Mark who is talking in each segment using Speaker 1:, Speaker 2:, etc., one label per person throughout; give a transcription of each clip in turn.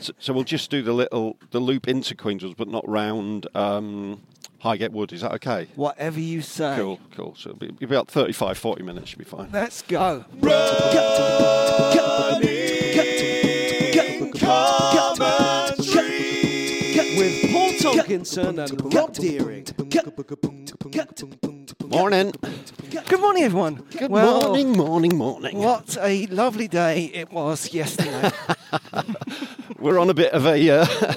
Speaker 1: So, so we'll just do the little the loop into Queenswoods, but not round um, Highgate Wood. Is that okay?
Speaker 2: Whatever you say.
Speaker 1: Cool, cool. So it'll be, it'll be about 35, 40 minutes. Should be fine.
Speaker 2: Let's go. With Paul Tomkinson and Rob Deering.
Speaker 1: Morning.
Speaker 2: Good morning, everyone.
Speaker 1: Good
Speaker 2: Well,
Speaker 1: morning, morning, morning.
Speaker 2: What a lovely day it was yesterday.
Speaker 1: We're on a bit of a. Uh,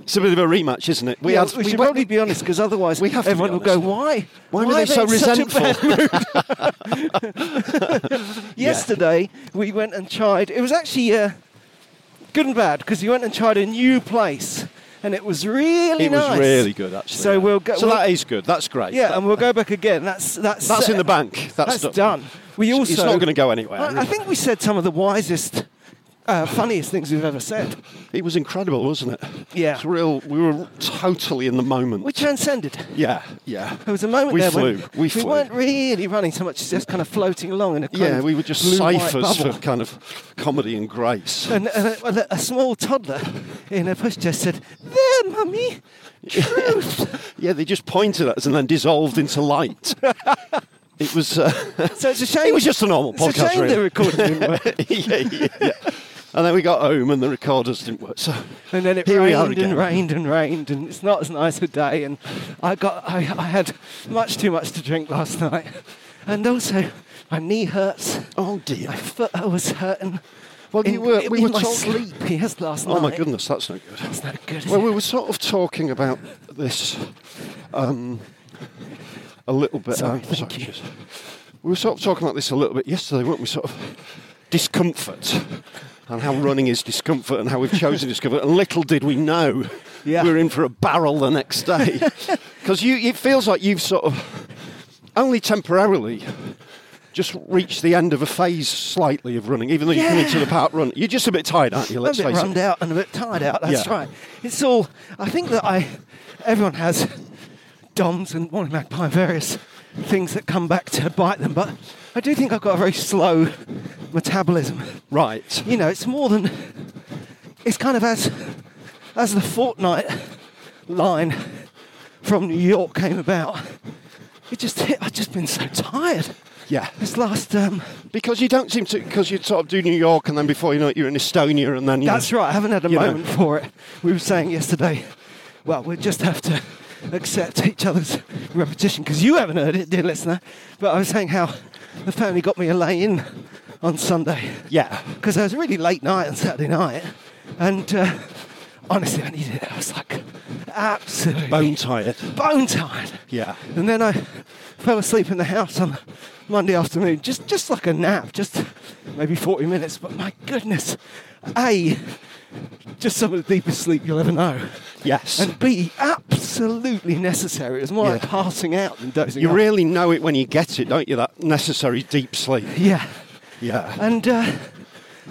Speaker 1: it's a bit of a rematch, isn't it?
Speaker 2: we, we should
Speaker 1: went-
Speaker 2: probably be honest because otherwise
Speaker 1: We have to be
Speaker 2: everyone will go, why?
Speaker 1: Why were they so
Speaker 2: in such a bad
Speaker 1: resentful?
Speaker 2: Yesterday, we went and tried. It was actually uh, good and bad because we went and tried a new place, and it was really
Speaker 1: It
Speaker 2: nice.
Speaker 1: was really good, actually.
Speaker 2: So we'll go.
Speaker 1: So
Speaker 2: we'll-
Speaker 1: that is good. That's great.
Speaker 2: yeah,
Speaker 1: That-
Speaker 2: and we'll go back again. That's that's
Speaker 1: that's in
Speaker 2: uh,
Speaker 1: the bank. That's,
Speaker 2: That's done. We also
Speaker 1: It's not going to go anywhere.
Speaker 2: I, I think we said some of the wisest, uh, funniest things we've ever said,
Speaker 1: it was incredible, wasn't it?
Speaker 2: Yeah.
Speaker 1: It's real. We were totally in the moment.
Speaker 2: which transcended.
Speaker 1: yeah, yeah.
Speaker 2: There was a moment
Speaker 1: we
Speaker 2: there
Speaker 1: flew.
Speaker 2: when
Speaker 1: we flew.
Speaker 2: weren't really running so much, just kind of floating along in a kind
Speaker 1: Yeah,
Speaker 2: of
Speaker 1: we were just
Speaker 2: blue-white
Speaker 1: ciphers for
Speaker 2: bubble.
Speaker 1: kind of comedy and grace.
Speaker 2: And, and a, a, a small toddler in a pushchair said, "There, mummy, truth."
Speaker 1: yeah, they just pointed at us and then dissolved into light. it was. Uh,
Speaker 2: so it's a shame.
Speaker 1: it was just a normal
Speaker 2: it's a
Speaker 1: podcast,
Speaker 2: shame
Speaker 1: really.
Speaker 2: the recording didn't work.
Speaker 1: yeah, yeah, yeah. And then we got home and the recorders didn't work. So
Speaker 2: And then it
Speaker 1: here we are
Speaker 2: rained
Speaker 1: again.
Speaker 2: and rained and rained, and it's not as nice a day. And I got, I, I had much too much to drink last night, and also my knee hurts,
Speaker 1: Oh dear.
Speaker 2: my foot was hurting.
Speaker 1: Well,
Speaker 2: in,
Speaker 1: you were, we
Speaker 2: in
Speaker 1: were
Speaker 2: my
Speaker 1: talking.
Speaker 2: sleep. Yes, last night.
Speaker 1: Oh my goodness, that's no good.
Speaker 2: It's not good. is
Speaker 1: Well,
Speaker 2: it?
Speaker 1: we were sort of talking about this um, a little bit.
Speaker 2: Sorry,
Speaker 1: um,
Speaker 2: thank you.
Speaker 1: just- we were sort of talking about this a little bit yesterday, weren't we? Sort of discomfort and how running is discomfort and how we've chosen discomfort. And little did we know
Speaker 2: Yeah.
Speaker 1: we were in for a barrel the next day because you it feels like you've sort of only temporarily. Just reached the end of a phase slightly of running, even though you're coming to the park run. You're just a bit tired, aren't you? Let's
Speaker 2: I'm a bit
Speaker 1: face it.
Speaker 2: rummed out and a bit tired out. That's
Speaker 1: Yeah.
Speaker 2: right. It's all. I think that I, everyone has DOMs and morning magpie and various things that come back to bite them. But I do think I've got a very slow metabolism.
Speaker 1: Right.
Speaker 2: You know, it's more than. It's kind of as, as the fortnight line from New York came about. It just hit. I've just been so tired.
Speaker 1: Yeah.
Speaker 2: This last. Um,
Speaker 1: Because you don't seem to, because you sort of do New York and then before you know it, you're in Estonia and then you.
Speaker 2: That's right. I haven't had a
Speaker 1: you know.
Speaker 2: moment for it. We were saying yesterday, well, we just have to accept each other's repetition because you haven't heard it, dear listener. But I was saying how the family got me a lay in on Sunday
Speaker 1: Yeah.
Speaker 2: because it was a really late night on Saturday night, and uh, honestly, I needed it. I was like absolutely
Speaker 1: Bone tired.
Speaker 2: bone tired.
Speaker 1: Yeah.
Speaker 2: And then I fell asleep in the house on Monday afternoon, just just like a nap, just maybe 40 minutes. But my goodness, A, just some of the deepest sleep you'll ever know.
Speaker 1: Yes.
Speaker 2: And B, absolutely necessary. It was more like
Speaker 1: Yeah.
Speaker 2: passing out than dozing
Speaker 1: you
Speaker 2: off.
Speaker 1: really know it when you get it, don't you? That necessary deep sleep.
Speaker 2: Yeah.
Speaker 1: Yeah.
Speaker 2: And, uh,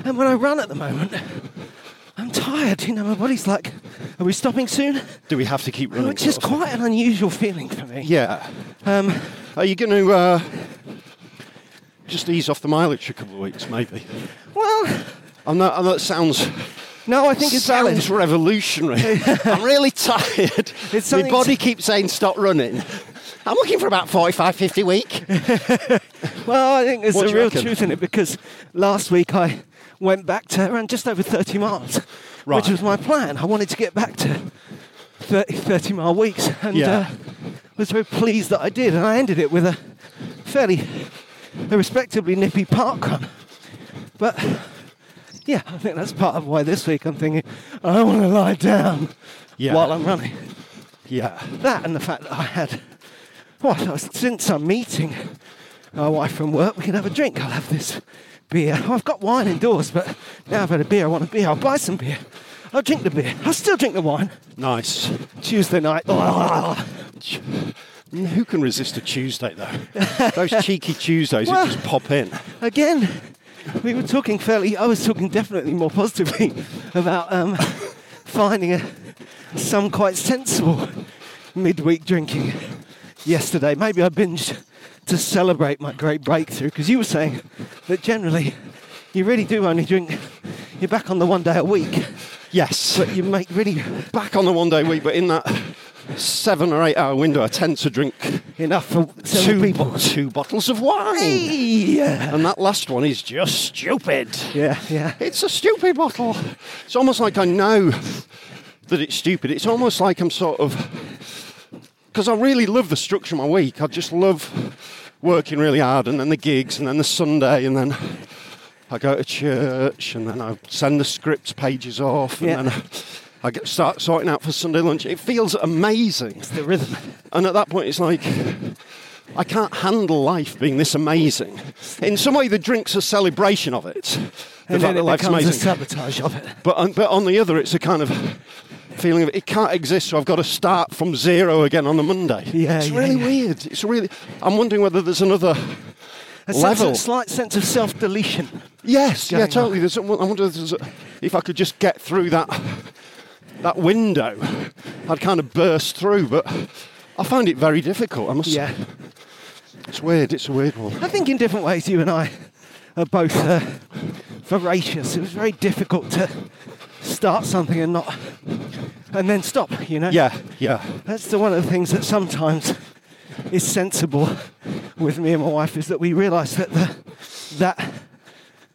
Speaker 2: and when I run at the moment, I'm tired. You know, my body's like, Are we stopping soon?
Speaker 1: Do we have to keep running?
Speaker 2: Which is
Speaker 1: sort of thing?
Speaker 2: quite an unusual feeling for me.
Speaker 1: Oh, Yeah.
Speaker 2: Um,
Speaker 1: Are you going to uh, just ease off the mileage for a couple of weeks, maybe?
Speaker 2: well,
Speaker 1: I'm not, i know that sounds.
Speaker 2: no, I think it's valid.
Speaker 1: sounds revolutionary. I'm really tired.
Speaker 2: It's
Speaker 1: My
Speaker 2: something
Speaker 1: body keeps saying stop running. I'm looking for about 45, 50 a week.
Speaker 2: Well, I think there's
Speaker 1: What do
Speaker 2: a
Speaker 1: you
Speaker 2: real
Speaker 1: reckon?
Speaker 2: truth in it because last week I went back to around just over 30 miles,
Speaker 1: Right.
Speaker 2: which was my plan. I wanted to get back to 30, 30 mile weeks and
Speaker 1: Yeah.
Speaker 2: uh, was very pleased that I did. And I ended it with a fairly a respectably nippy park run. But yeah, I think that's part of why this week I'm thinking I want to lie down
Speaker 1: Yeah.
Speaker 2: while I'm running.
Speaker 1: Yeah.
Speaker 2: That and the fact that I had, well, I was- since I'm meeting my wife from work, we can have a drink. I'll have this beer. Well, I've got wine indoors, but now I've had a beer. I want a beer. I'll buy some beer. I'll drink the beer. I'll still drink the wine.
Speaker 1: Nice.
Speaker 2: Tuesday night.
Speaker 1: Who can resist a Tuesday, though? Those cheeky Tuesdays
Speaker 2: Well-
Speaker 1: that just pop in.
Speaker 2: Again, we were talking fairly, I was talking definitely more positively about um, finding a, some quite sensible midweek drinking yesterday. Maybe I binged to celebrate my great breakthrough because you were saying that generally you really do only drink, you're back on the one day a week,
Speaker 1: Yes.
Speaker 2: but you make really
Speaker 1: back on the one day week, but in that seven or eight hour window, I tend to drink
Speaker 2: enough for several
Speaker 1: two,
Speaker 2: people.
Speaker 1: two bottles of wine.
Speaker 2: Yeah.
Speaker 1: And that last one is just stupid.
Speaker 2: Yeah, yeah.
Speaker 1: It's a stupid bottle. It's almost like I know that it's stupid. It's almost like I'm sort of. Because I really love the structure of my week. I just love working really hard and then the gigs and then the Sunday and then I go to church and then I send the script pages off and
Speaker 2: Yeah.
Speaker 1: then I get, start sorting out for Sunday lunch. It feels amazing.
Speaker 2: The rhythm.
Speaker 1: And at that point, it's like, I can't handle life being this amazing. In some way, the drink's a celebration of it. The
Speaker 2: And
Speaker 1: fact
Speaker 2: then
Speaker 1: that
Speaker 2: it
Speaker 1: life's
Speaker 2: becomes a
Speaker 1: amazing.
Speaker 2: sabotage of it.
Speaker 1: But on, but on the other, it's a kind of feeling of it can't exist, so I've got to start from zero again on the Monday.
Speaker 2: Yeah,
Speaker 1: it's
Speaker 2: yeah,
Speaker 1: really
Speaker 2: yeah.
Speaker 1: weird. It's really. I'm wondering whether there's another.
Speaker 2: A
Speaker 1: Level.
Speaker 2: Sense of, slight sense of self-deletion.
Speaker 1: Yes, yeah,
Speaker 2: going
Speaker 1: totally. There's, I wonder if, there's a, if I could just get through that that window, I'd kind of burst through. But I find it very difficult. I must.
Speaker 2: Yeah.
Speaker 1: It's weird. It's a weird one.
Speaker 2: I think in different ways, you and I are both uh, voracious. It was very difficult to start something and not, and then stop. You know.
Speaker 1: Yeah, yeah,
Speaker 2: That's the one of the things that sometimes is sensible with me and my wife is that we realise that the, that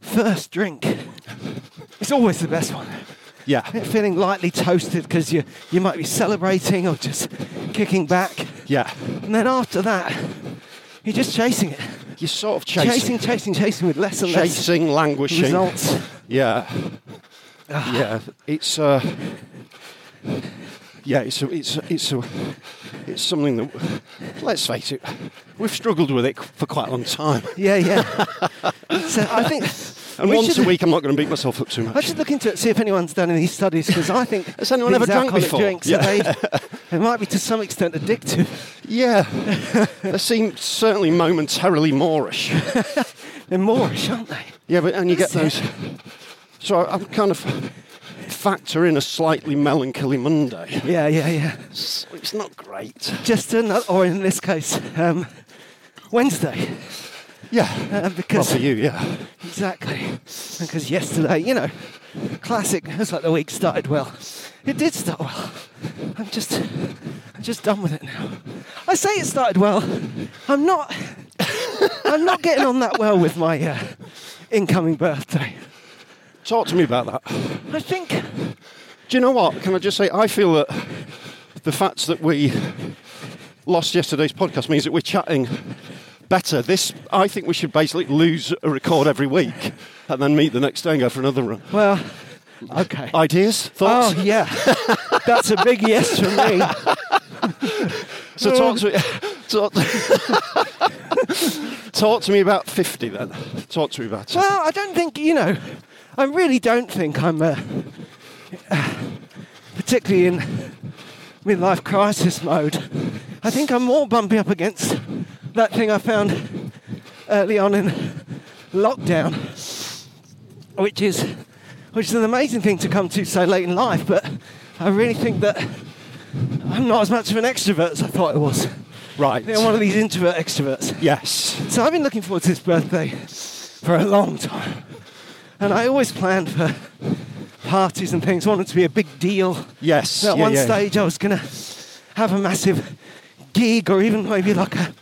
Speaker 2: first drink is always the best one.
Speaker 1: yeah,
Speaker 2: Feeling lightly toasted because you you might be celebrating or just kicking back,
Speaker 1: yeah.
Speaker 2: and then after that, you're just chasing it.
Speaker 1: You're sort of chasing,
Speaker 2: chasing, chasing, chasing with less and less
Speaker 1: chasing, languishing.
Speaker 2: results.
Speaker 1: Yeah. yeah. It's uh yeah, it's a, it's a, it's a, it's something that let's face it, we've struggled with it for quite a long time.
Speaker 2: Yeah, yeah. so I think.
Speaker 1: And
Speaker 2: we
Speaker 1: once
Speaker 2: should-
Speaker 1: a week, I'm not going to beat myself up too
Speaker 2: I
Speaker 1: much.
Speaker 2: should look into it, see if anyone's done any studies, because I think
Speaker 1: Has anyone
Speaker 2: these
Speaker 1: ever drank
Speaker 2: alcoholic
Speaker 1: before?
Speaker 2: Drinks,
Speaker 1: Yeah.
Speaker 2: they, they might be to some extent addictive.
Speaker 1: Yeah, they seem certainly momentarily Moorish.
Speaker 2: They're Moorish, aren't they?
Speaker 1: Yeah, but and you get
Speaker 2: That's
Speaker 1: those. So I, I'm kind of factor in a slightly melancholy Monday.
Speaker 2: Yeah, yeah, yeah.
Speaker 1: It's, it's not great.
Speaker 2: Just another, or in this case, um, Wednesday,
Speaker 1: Yeah,
Speaker 2: uh,
Speaker 1: well
Speaker 2: because
Speaker 1: for you, yeah.
Speaker 2: exactly, because yesterday, you know, classic. It's like the week started well. It did start well. I'm just, I'm just done with it now. I say it started well. I'm not. I'm not getting on that well with my uh, incoming birthday.
Speaker 1: Talk to me about that.
Speaker 2: I think.
Speaker 1: Do you know what? Can I just say, I feel that the fact that we lost yesterday's podcast means that we're chatting better. This, I think we should basically lose a record every week and then meet the next day and go for another run.
Speaker 2: Well. Okay.
Speaker 1: Ideas?
Speaker 2: oh
Speaker 1: Thoughts?
Speaker 2: yeah. That's a big yes from me.
Speaker 1: so
Speaker 2: Um,
Speaker 1: talk to me. Talk, talk to me about 50 then. Talk to me about it.
Speaker 2: Well, I don't think you know. I really don't think I'm uh, particularly in midlife crisis mode. I think I'm more bumping up against that thing I found early on in lockdown, which is which is an amazing thing to come to so late in life, but I really think that I'm not as much of an extrovert as I thought I was.
Speaker 1: Right.
Speaker 2: I think I'm one of these introvert extroverts.
Speaker 1: Yes.
Speaker 2: So I've been looking forward to this birthday for a long time. And I always planned for parties and things, wanted to be a big deal.
Speaker 1: Yes.
Speaker 2: So at
Speaker 1: yeah,
Speaker 2: one
Speaker 1: yeah.
Speaker 2: stage I was going to have a massive gig or even maybe like a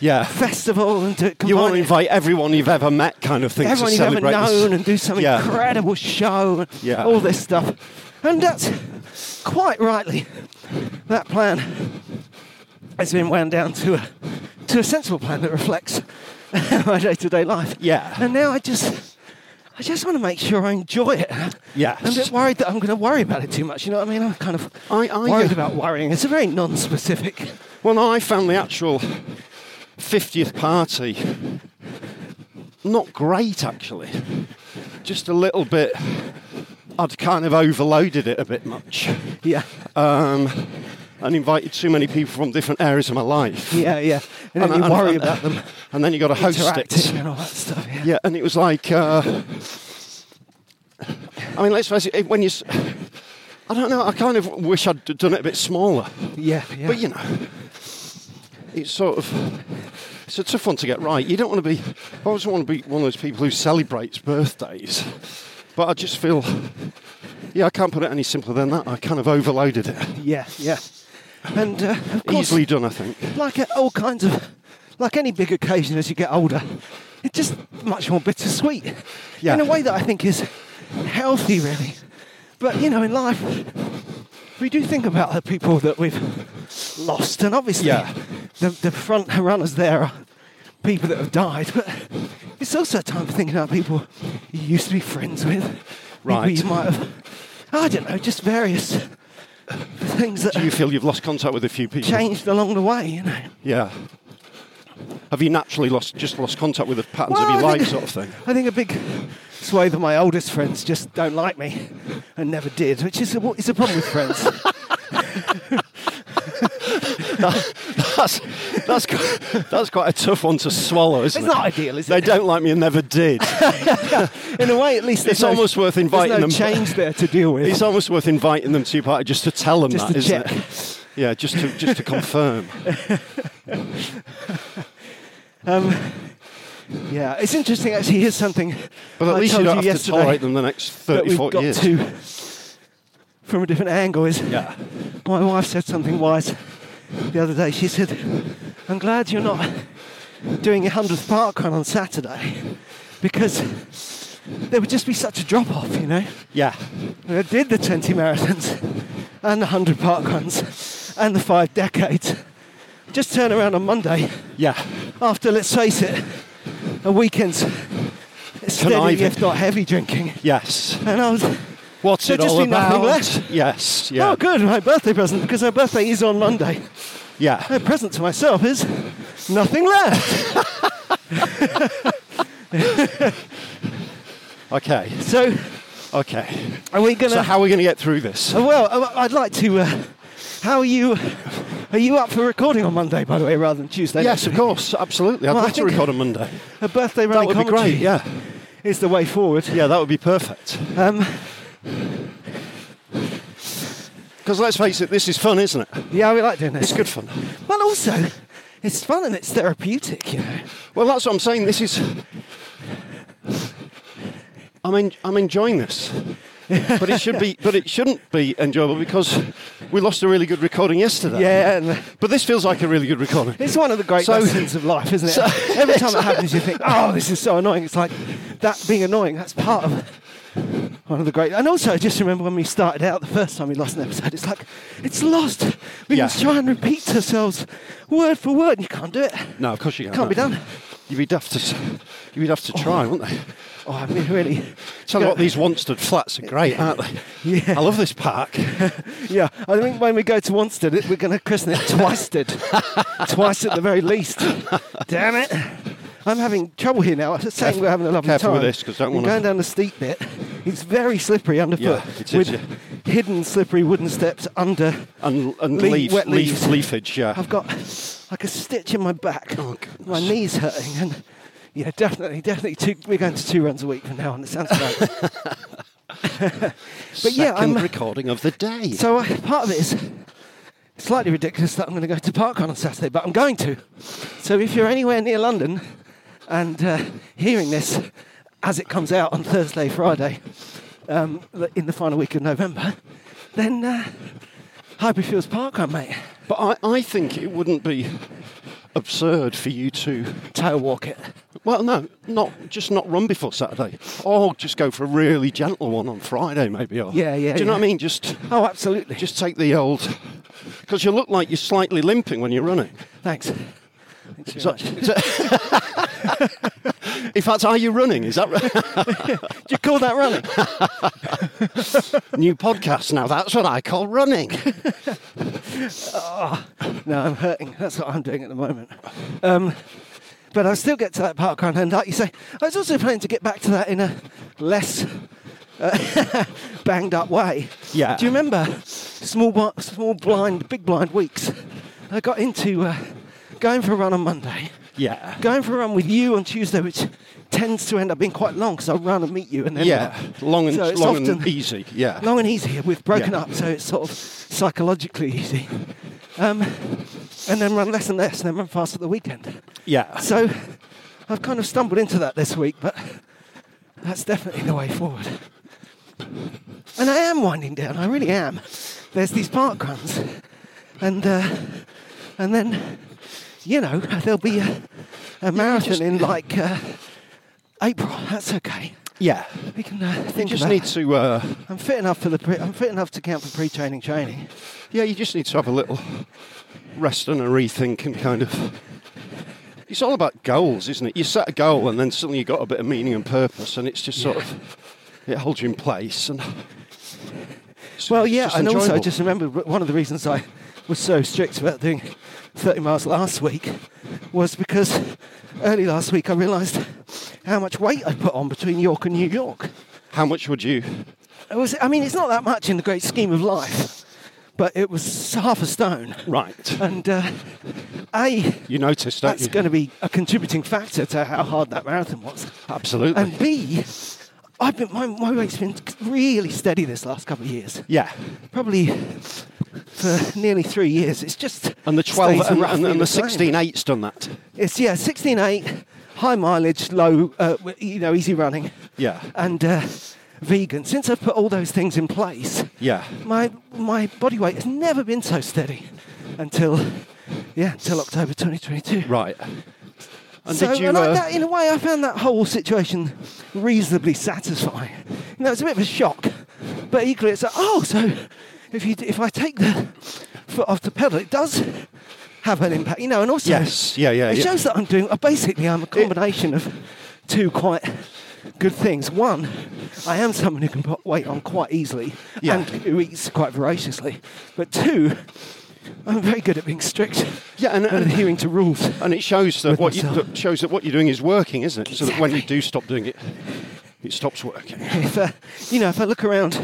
Speaker 1: Yeah.
Speaker 2: festival and do it
Speaker 1: You want to
Speaker 2: combined.
Speaker 1: invite everyone you've ever met, kind of thing,
Speaker 2: everyone
Speaker 1: to
Speaker 2: you've ever
Speaker 1: celebrate. this.
Speaker 2: known and do some
Speaker 1: Yeah.
Speaker 2: incredible show and
Speaker 1: Yeah.
Speaker 2: all this stuff. And that's quite rightly that plan has been wound down to a to a sensible plan that reflects my day to day life.
Speaker 1: Yeah.
Speaker 2: And now I just I just want to make sure I enjoy it.
Speaker 1: Yes.
Speaker 2: I'm a bit worried that I'm going to worry about it too much. You know what I mean? I'm kind of
Speaker 1: I- uh, I-
Speaker 2: worried about worrying. It's a very non-specific.
Speaker 1: Well, no, I found the actual 50th party not great, actually. Just a little bit. I'd kind of overloaded it a bit much
Speaker 2: Yeah.
Speaker 1: um, and invited too many people from different areas of my life.
Speaker 2: Yeah. Yeah. And, then you worry about them
Speaker 1: And then you got to host it.
Speaker 2: interacting and all that stuff. Yeah.
Speaker 1: Yeah, and it was like, uh, I mean, let's face it, when you, s- I don't know, I kind of wish I'd d- done it a bit smaller,
Speaker 2: Yeah. yeah.
Speaker 1: but you know, it's sort of, it's a tough one to get right. You don't want to be, I always want to be one of those people who celebrates birthdays, but I just feel, yeah, I can't put it any simpler than that. I kind of overloaded it.
Speaker 2: Yeah, yeah. And uh, of course,
Speaker 1: Easily done, I think.
Speaker 2: like at all kinds of, like any big occasion as you get older, it's just much more bittersweet.
Speaker 1: Yeah.
Speaker 2: In a way that I think is healthy, really. But you know, in life, we do think about the people that we've lost, and obviously,
Speaker 1: Yeah.
Speaker 2: the, the front runners there are people that have died. But it's also a time for thinking about people you used to be friends with, people
Speaker 1: Right.
Speaker 2: you might have. I don't know, just various things that
Speaker 1: Do you feel you've lost contact with a few people?
Speaker 2: changed along the way, you know.
Speaker 1: Yeah. Have you naturally lost, just lost contact with the patterns of
Speaker 2: Well,
Speaker 1: your
Speaker 2: I think-
Speaker 1: life, sort of thing?
Speaker 2: I think a big swathe of my oldest friends just don't like me and never did, which is a, it's a problem with friends.
Speaker 1: That's that's quite, that's quite a tough one to swallow, isn't
Speaker 2: It's
Speaker 1: it?
Speaker 2: not ideal, is
Speaker 1: They
Speaker 2: it?
Speaker 1: don't like me and never did.
Speaker 2: In a way, at least
Speaker 1: It's
Speaker 2: there's no-
Speaker 1: almost worth
Speaker 2: there's
Speaker 1: inviting
Speaker 2: no
Speaker 1: them.
Speaker 2: change there to deal with.
Speaker 1: it's almost worth inviting them to your party just to tell them
Speaker 2: Just
Speaker 1: that,
Speaker 2: to
Speaker 1: isn't
Speaker 2: check.
Speaker 1: it? Yeah, just to just to confirm.
Speaker 2: Um, yeah, it's interesting actually. Here's something.
Speaker 1: But at
Speaker 2: I
Speaker 1: least you
Speaker 2: told
Speaker 1: don't have to
Speaker 2: yesterday
Speaker 1: tolerate them the next 30,
Speaker 2: that we've
Speaker 1: 40
Speaker 2: got
Speaker 1: years.
Speaker 2: to from a different angle. Is
Speaker 1: Yeah.
Speaker 2: my wife said something wise the other day. She said, "I'm glad you're not doing your hundredth park run on Saturday because there would just be such a drop off, you know."
Speaker 1: Yeah.
Speaker 2: I did the 20 marathons and the 100 park runs and the five decades. Just turn around on Monday
Speaker 1: Yeah.
Speaker 2: after, let's face it, a weekend's steady,
Speaker 1: Conniving.
Speaker 2: if not heavy drinking.
Speaker 1: Yes.
Speaker 2: And I was,
Speaker 1: What's
Speaker 2: There'd
Speaker 1: it
Speaker 2: just
Speaker 1: all
Speaker 2: be nothing
Speaker 1: about?
Speaker 2: left.
Speaker 1: Yes. Yeah.
Speaker 2: oh, good, my birthday present, because my birthday is on Monday.
Speaker 1: Yeah.
Speaker 2: My present to myself is nothing left.
Speaker 1: Okay.
Speaker 2: So,
Speaker 1: Okay.
Speaker 2: are we going to.
Speaker 1: So how are we going to get through this?
Speaker 2: well, I- I'd like to. Uh, how are you? Are you up for recording on Monday, by the way, rather than Tuesday?
Speaker 1: Yes,
Speaker 2: next
Speaker 1: of
Speaker 2: week?
Speaker 1: course, absolutely. I'd
Speaker 2: Well, I
Speaker 1: love to
Speaker 2: think-
Speaker 1: record on Monday.
Speaker 2: A birthday
Speaker 1: That
Speaker 2: running
Speaker 1: would be
Speaker 2: commentary
Speaker 1: great. Yeah,
Speaker 2: is the way forward.
Speaker 1: yeah, that would be perfect.
Speaker 2: Um,
Speaker 1: Because let's face it, this is fun, isn't it?
Speaker 2: yeah, we like doing this.
Speaker 1: It's good fun.
Speaker 2: Well, also, it's fun and it's therapeutic, you know.
Speaker 1: Well, that's what I'm saying. This is. I'm en- I'm enjoying this, but it should be, but it shouldn't be enjoyable because we lost a really good recording yesterday.
Speaker 2: Yeah, and
Speaker 1: But this feels like a really good recording.
Speaker 2: it's one of the great
Speaker 1: So-
Speaker 2: lessons of life, isn't it?
Speaker 1: so-
Speaker 2: Every time it happens, you think, "Oh, this is so annoying." It's like that being annoying. That's part of one of the great. And also, I just remember when we started out the first time we lost an episode. It's like it's lost. We
Speaker 1: Yeah.
Speaker 2: can try and repeat ourselves word for word, and you can't do it.
Speaker 1: No, of course you can't.
Speaker 2: Can't be
Speaker 1: no.
Speaker 2: done.
Speaker 1: You'd be daft to, s- you'd be daft to try, wouldn't they?
Speaker 2: Oh, I mean, really.
Speaker 1: Tell you what, these Wanstead flats are great, aren't they?
Speaker 2: Yeah.
Speaker 1: I love this park.
Speaker 2: Yeah, I think when we go to Wanstead, it- we're going to christen it Twisted. Twice at the very least. Damn it. I'm having trouble here now. I was saying we're having a lovely
Speaker 1: Careful
Speaker 2: time.
Speaker 1: with this, 'cause don't
Speaker 2: We're
Speaker 1: wanna-
Speaker 2: going down the steep bit. It's very slippery underfoot.
Speaker 1: Yeah, it is,
Speaker 2: with
Speaker 1: yeah.
Speaker 2: hidden slippery wooden steps under.
Speaker 1: And, and
Speaker 2: Leaf-
Speaker 1: leaf,
Speaker 2: wet
Speaker 1: leaf,
Speaker 2: leaves.
Speaker 1: leafage, yeah.
Speaker 2: I've got like a stitch in my back.
Speaker 1: Oh, goodness.
Speaker 2: my knee's hurting, and yeah, definitely, definitely. Two, we're going to two runs a week from now on. It sounds great.
Speaker 1: Second
Speaker 2: yeah, I'm-
Speaker 1: recording of the day.
Speaker 2: So uh, part of it is slightly ridiculous that I'm going to go to Parkon on Saturday, but I'm going to. So if you're anywhere near London and uh, hearing this as it comes out on Thursday, Friday, um, the- in the final week of November, then uh, Highbury Fields Parkrun, mate.
Speaker 1: but I, I think it wouldn't be absurd for you to
Speaker 2: Tail walk it.
Speaker 1: Well, no, not just not run before Saturday. Or just go for a really gentle one on Friday, maybe. Or,
Speaker 2: Yeah, yeah,
Speaker 1: Do you know
Speaker 2: yeah.
Speaker 1: what I mean? Just
Speaker 2: Oh, absolutely.
Speaker 1: just take the old, because you look like you're slightly limping when you're running.
Speaker 2: Thanks. Thanks very
Speaker 1: So-
Speaker 2: much. Did
Speaker 1: In fact, are you running? Is that right?
Speaker 2: you call that running?
Speaker 1: new podcast now? That's what I call running.
Speaker 2: No, I'm hurting. That's what I'm doing at the moment. Um, but I still get to that park run, and like you say, I was also planning to get back to that in a less uh, banged up way.
Speaker 1: Yeah.
Speaker 2: Do you remember small, bli- small blind, big blind weeks? I got into uh, going for a run on Monday,
Speaker 1: Yeah.
Speaker 2: going for a run with you on Tuesday, which tends to end up being quite long because I run and meet you, and then
Speaker 1: Yeah, long and
Speaker 2: So it's
Speaker 1: long and
Speaker 2: often-
Speaker 1: easy. Yeah.
Speaker 2: long and easy. We've broken
Speaker 1: Yeah.
Speaker 2: up, so it's sort of psychologically easy. Um, and then run less and less, and then run fast at the weekend.
Speaker 1: yeah.
Speaker 2: So I've kind of stumbled into that this week, but that's definitely the way forward. And I am winding down. I really am. There's these park runs, and uh, and then you know there'll be a, a marathon
Speaker 1: just-
Speaker 2: in like uh, April. That's okay.
Speaker 1: yeah.
Speaker 2: We can uh, think
Speaker 1: You just
Speaker 2: about-
Speaker 1: need to. Uh,
Speaker 2: I'm fit enough for the. Pre- I'm fit enough to count for pre-training training.
Speaker 1: yeah, you just need to have a little rest and a rethink and kind of. It's all about goals, isn't it? You set a goal and then suddenly you've got a bit of meaning and purpose, and it's just sort of it holds you in place. And it's-
Speaker 2: Well,
Speaker 1: it's
Speaker 2: yeah,
Speaker 1: just
Speaker 2: and also I
Speaker 1: enjoyable.
Speaker 2: just remembered w- one of the reasons I was so strict about doing 30 miles last week was because early last week I realised how much weight I put on between York and New York.
Speaker 1: how much would you?
Speaker 2: It was, I mean, it's not that much in the great scheme of life, but it was half a stone.
Speaker 1: Right,
Speaker 2: And uh, a
Speaker 1: you noticed, don't
Speaker 2: that's
Speaker 1: you?
Speaker 2: going to be a contributing factor to how hard that marathon was.
Speaker 1: Absolutely.
Speaker 2: And B, I've been my, my weight's been really steady this last couple of years.
Speaker 1: yeah,
Speaker 2: Probably for nearly three years. It's just
Speaker 1: and the
Speaker 2: stays
Speaker 1: twelve and,
Speaker 2: roughly
Speaker 1: and, and the
Speaker 2: same.
Speaker 1: sixteen eight's done that.
Speaker 2: It's yeah, sixteen eight, high mileage, low, uh, w- you know, easy running.
Speaker 1: Yeah.
Speaker 2: And uh, vegan. Since I've put all those things in place,
Speaker 1: Yeah.
Speaker 2: my my body weight has never been so steady until yeah, until October 2022.
Speaker 1: Right. And
Speaker 2: so,
Speaker 1: did you?
Speaker 2: and I,
Speaker 1: uh,
Speaker 2: that, in a way, I found that whole situation reasonably satisfying. You know, it's a bit of a shock, but equally, it's like, oh, so if you if I take the foot off the pedal, it does have an impact. You know, and also,
Speaker 1: Yes, yeah, yeah,
Speaker 2: it
Speaker 1: yeah.
Speaker 2: shows that I'm doing. Uh, basically, I'm a combination of two quite good things. One, I am someone who can put weight on quite easily
Speaker 1: Yeah.
Speaker 2: and who eats quite voraciously, but two. I'm very good at being strict
Speaker 1: Yeah, and- and-
Speaker 2: adhering to rules.
Speaker 1: And it shows that
Speaker 2: With
Speaker 1: what you,
Speaker 2: myself.
Speaker 1: that shows that what you're doing is working, isn't it? So that when you
Speaker 2: Exactly.
Speaker 1: do stop doing it, it stops working.
Speaker 2: if uh, you know if I look around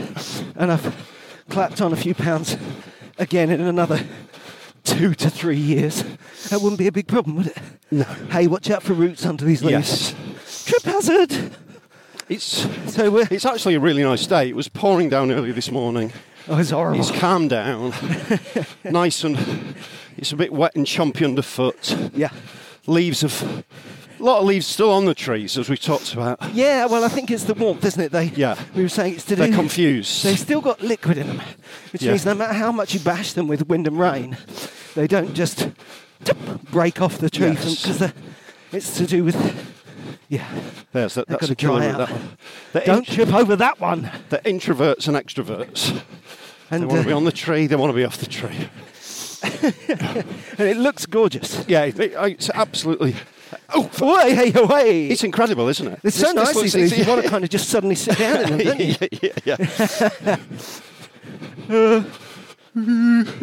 Speaker 2: and I've clapped on a few pounds again in another two to three years, that wouldn't be a big problem, would it?
Speaker 1: No.
Speaker 2: Hey, watch out for roots under these leaves.
Speaker 1: Yes,
Speaker 2: Trip hazard.
Speaker 1: it's
Speaker 2: So we're.
Speaker 1: it's actually a really nice day. It was pouring down early this morning.
Speaker 2: oh, it's horrible.
Speaker 1: It's calmed down, nice and it's a bit wet and chompy underfoot.
Speaker 2: yeah.
Speaker 1: Leaves of a lot of leaves still on the trees as we talked about.
Speaker 2: Yeah. Well, I think it's the warmth, isn't it? They.
Speaker 1: Yeah.
Speaker 2: We were saying it's to
Speaker 1: They're
Speaker 2: do-
Speaker 1: confused.
Speaker 2: They've still got liquid in them, which
Speaker 1: Yeah.
Speaker 2: means no matter how much you bash them with wind and rain, they don't just tip, break off the tree
Speaker 1: Yes.
Speaker 2: because it's to do with yeah.
Speaker 1: There's that.
Speaker 2: They've
Speaker 1: That's
Speaker 2: got
Speaker 1: a
Speaker 2: to dry
Speaker 1: killer.
Speaker 2: out.
Speaker 1: That one. They're,
Speaker 2: Don't
Speaker 1: int-
Speaker 2: trip over that one.
Speaker 1: they're introverts and extroverts. They
Speaker 2: And,
Speaker 1: want
Speaker 2: uh,
Speaker 1: to be on the tree. They want to be off the tree.
Speaker 2: and it looks gorgeous.
Speaker 1: Yeah, it- it's absolutely. Oh,
Speaker 2: Away, hey, away.
Speaker 1: It's incredible, isn't it?
Speaker 2: it's so
Speaker 1: This-
Speaker 2: nice
Speaker 1: this
Speaker 2: these
Speaker 1: looks-
Speaker 2: things. You want to kind of just suddenly sit down in them, don't you?
Speaker 1: yeah, yeah,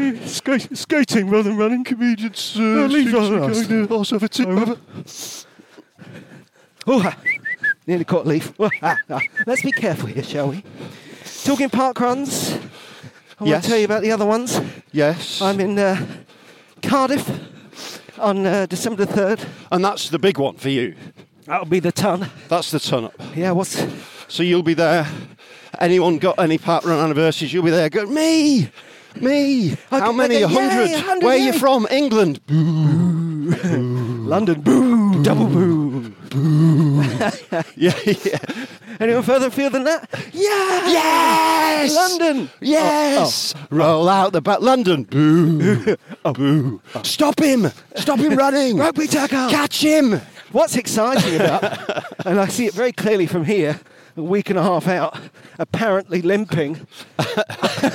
Speaker 1: yeah.
Speaker 2: Uh, skating rather than running.
Speaker 1: Comedians, uh,
Speaker 2: Oh, leave
Speaker 1: students
Speaker 2: it on
Speaker 1: are
Speaker 2: us.
Speaker 1: going to also have a tip over.
Speaker 2: Oh, ha. nearly caught a leaf. Oh, ha, ha. Let's be careful here, shall we? Talking park runs. I want
Speaker 1: Yes.
Speaker 2: to tell you about the other ones.
Speaker 1: Yes,
Speaker 2: I'm in uh, Cardiff on uh, December the 3rd.
Speaker 1: and that's the big one for you.
Speaker 2: That'll be the ton.
Speaker 1: That's the turn up.
Speaker 2: Yeah, what's
Speaker 1: So you'll be there anyone got any part run anniversaries, you'll be there going, me, me. How
Speaker 2: I can- I
Speaker 1: many? A
Speaker 2: can- yay,
Speaker 1: hundred.
Speaker 2: a hundred,
Speaker 1: Where are you
Speaker 2: yay."
Speaker 1: from? England. Boo.
Speaker 2: London, boo, double boo.
Speaker 1: Yeah, yeah.
Speaker 2: Anyone further afield than that? Yeah,
Speaker 1: Yes.
Speaker 2: London.
Speaker 1: Yes. Oh, Roll out the back. London. Boo. Boo. Stop him. Stop him running.
Speaker 2: Rugby tackle.
Speaker 1: Catch him.
Speaker 2: What's exciting about, and I see it very clearly from here, a week and a half out, apparently limping. is-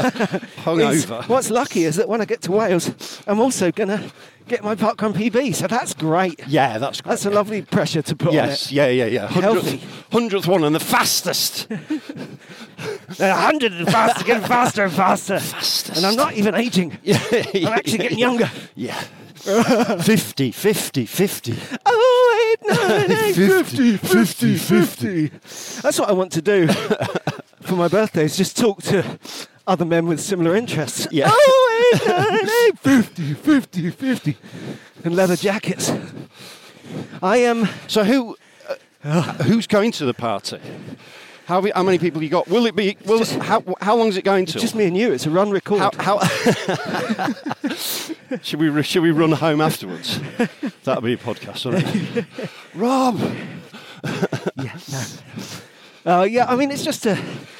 Speaker 1: Hungover.
Speaker 2: what's lucky is that when I get to Wales, I'm also going to get my parkrun PB, so that's great.
Speaker 1: Yeah, that's great.
Speaker 2: That's a lovely pressure to put
Speaker 1: Yes, yeah, yeah, yeah.
Speaker 2: Healthy.
Speaker 1: hundredth one and the fastest.
Speaker 2: on it. A hundred and faster, getting faster and faster. And I'm not even aging.
Speaker 1: yeah,
Speaker 2: I'm actually getting younger.
Speaker 1: yeah. 50, 50, 50.
Speaker 2: Oh, eight, nine, eight,
Speaker 1: 50, 50,
Speaker 2: 50. That's what I want to do for my birthday is just talk to other men with similar interests.
Speaker 1: Yeah.
Speaker 2: Oh, eight, nine, eight, 50, 50, 50. And leather jackets. I am.
Speaker 1: So who, uh, who's going to the party? How, we- how many people you got? Will it be? Will how, how long is it going to?
Speaker 2: Just me and you. It's a run record.
Speaker 1: How, how should we? Should we run home afterwards? That'll be a podcast, won't it? Rob,
Speaker 2: Uh, yeah, I mean, it's just a.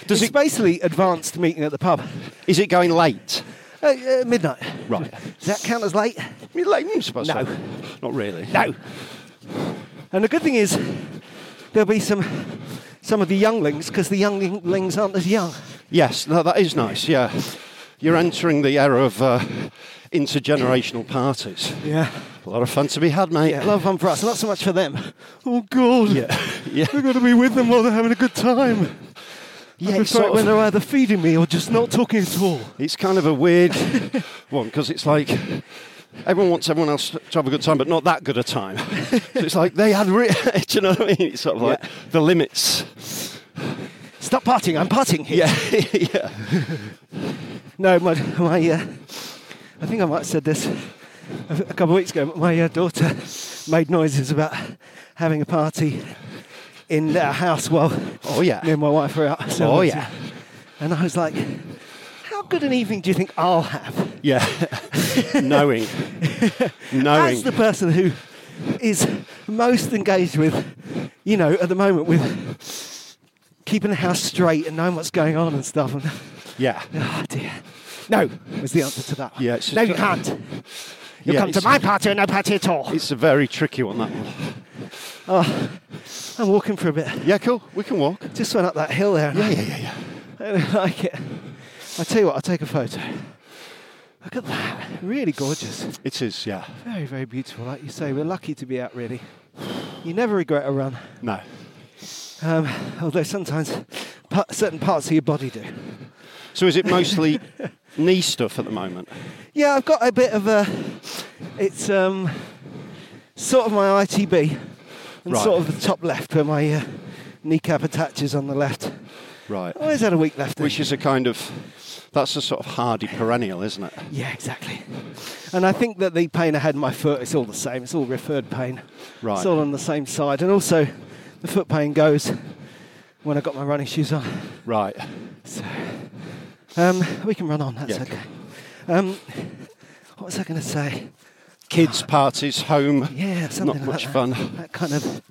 Speaker 1: Does
Speaker 2: it's
Speaker 1: it-
Speaker 2: basically advanced meeting at the pub.
Speaker 1: is it going late?
Speaker 2: Uh, uh, midnight.
Speaker 1: Right.
Speaker 2: Does that count as late?
Speaker 1: I mean, late, I suppose.
Speaker 2: No.
Speaker 1: so. not really.
Speaker 2: No. And the good thing is, there'll be some some of the younglings because the younglings aren't as young.
Speaker 1: Yes, no, that is nice. Yeah, you're entering the era of uh, intergenerational parties.
Speaker 2: Yeah.
Speaker 1: A lot of fun to be had, mate.
Speaker 2: Yeah, a lot of fun for us, not so much for them. Oh God.
Speaker 1: Yeah, yeah.
Speaker 2: We've got to be with them while they're having a good time.
Speaker 1: Yeah,
Speaker 2: I
Speaker 1: it's sort
Speaker 2: prefer it when
Speaker 1: of-
Speaker 2: they're either feeding me or just not talking at all.
Speaker 1: It's kind of a weird one because it's like everyone wants everyone else to have a good time, but not that good a time. so it's like they had, re- do you know what I mean? It's sort of like
Speaker 2: Yeah.
Speaker 1: the limits.
Speaker 2: Stop partying. I'm partying here.
Speaker 1: Yeah, yeah.
Speaker 2: No, my, my uh, I think I might have said this a a couple of weeks ago. but My uh, daughter made noises about having a party in our house while
Speaker 1: Oh, yeah.
Speaker 2: me and my wife were out.
Speaker 1: Oh, yeah.
Speaker 2: And I was like, how good an evening do you think I'll have
Speaker 1: Yeah. Knowing. Knowing.
Speaker 2: as the person who is most engaged with, you know, at the moment with keeping the house straight and knowing what's going on and stuff. And,
Speaker 1: yeah.
Speaker 2: oh dear. No, was the answer to that one.
Speaker 1: Yeah, it's just-
Speaker 2: no, you can't. You
Speaker 1: Yeah,
Speaker 2: come to
Speaker 1: it's-
Speaker 2: my party or no party at all. Oh,
Speaker 1: It's a very tricky one, that one.
Speaker 2: I'm walking for a bit.
Speaker 1: Yeah, cool. We can walk.
Speaker 2: Just went up that hill there. and I-
Speaker 1: yeah, yeah, yeah.
Speaker 2: I don't like it. I tell you what, I'll take a photo. Look at that. Really gorgeous.
Speaker 1: It is, yeah.
Speaker 2: Very, very beautiful. Like you say, we're lucky to be out, really. You never regret a run,
Speaker 1: No.
Speaker 2: um, although sometimes pa- certain parts of your body do.
Speaker 1: So is it mostly knee stuff at the moment?
Speaker 2: Yeah, I've got a bit of a. It's um, sort of my ITB, and
Speaker 1: Right.
Speaker 2: sort of the top left where my uh, kneecap attaches on the left.
Speaker 1: Right.
Speaker 2: I always had a weak left.
Speaker 1: Which
Speaker 2: knee.
Speaker 1: is a kind of, that's a sort of hardy perennial, isn't it?
Speaker 2: yeah, exactly. And I think that the pain I had in my foot is all the same. It's all referred pain.
Speaker 1: Right.
Speaker 2: It's all on the same side, and also the foot pain goes when I got my running shoes on.
Speaker 1: Right.
Speaker 2: So um, we can run on. That's
Speaker 1: Yeah.
Speaker 2: okay. Um, what was I going to say?
Speaker 1: Kids' parties, home.
Speaker 2: Yeah, something
Speaker 1: Not
Speaker 2: like
Speaker 1: much
Speaker 2: that.
Speaker 1: fun.
Speaker 2: That kind of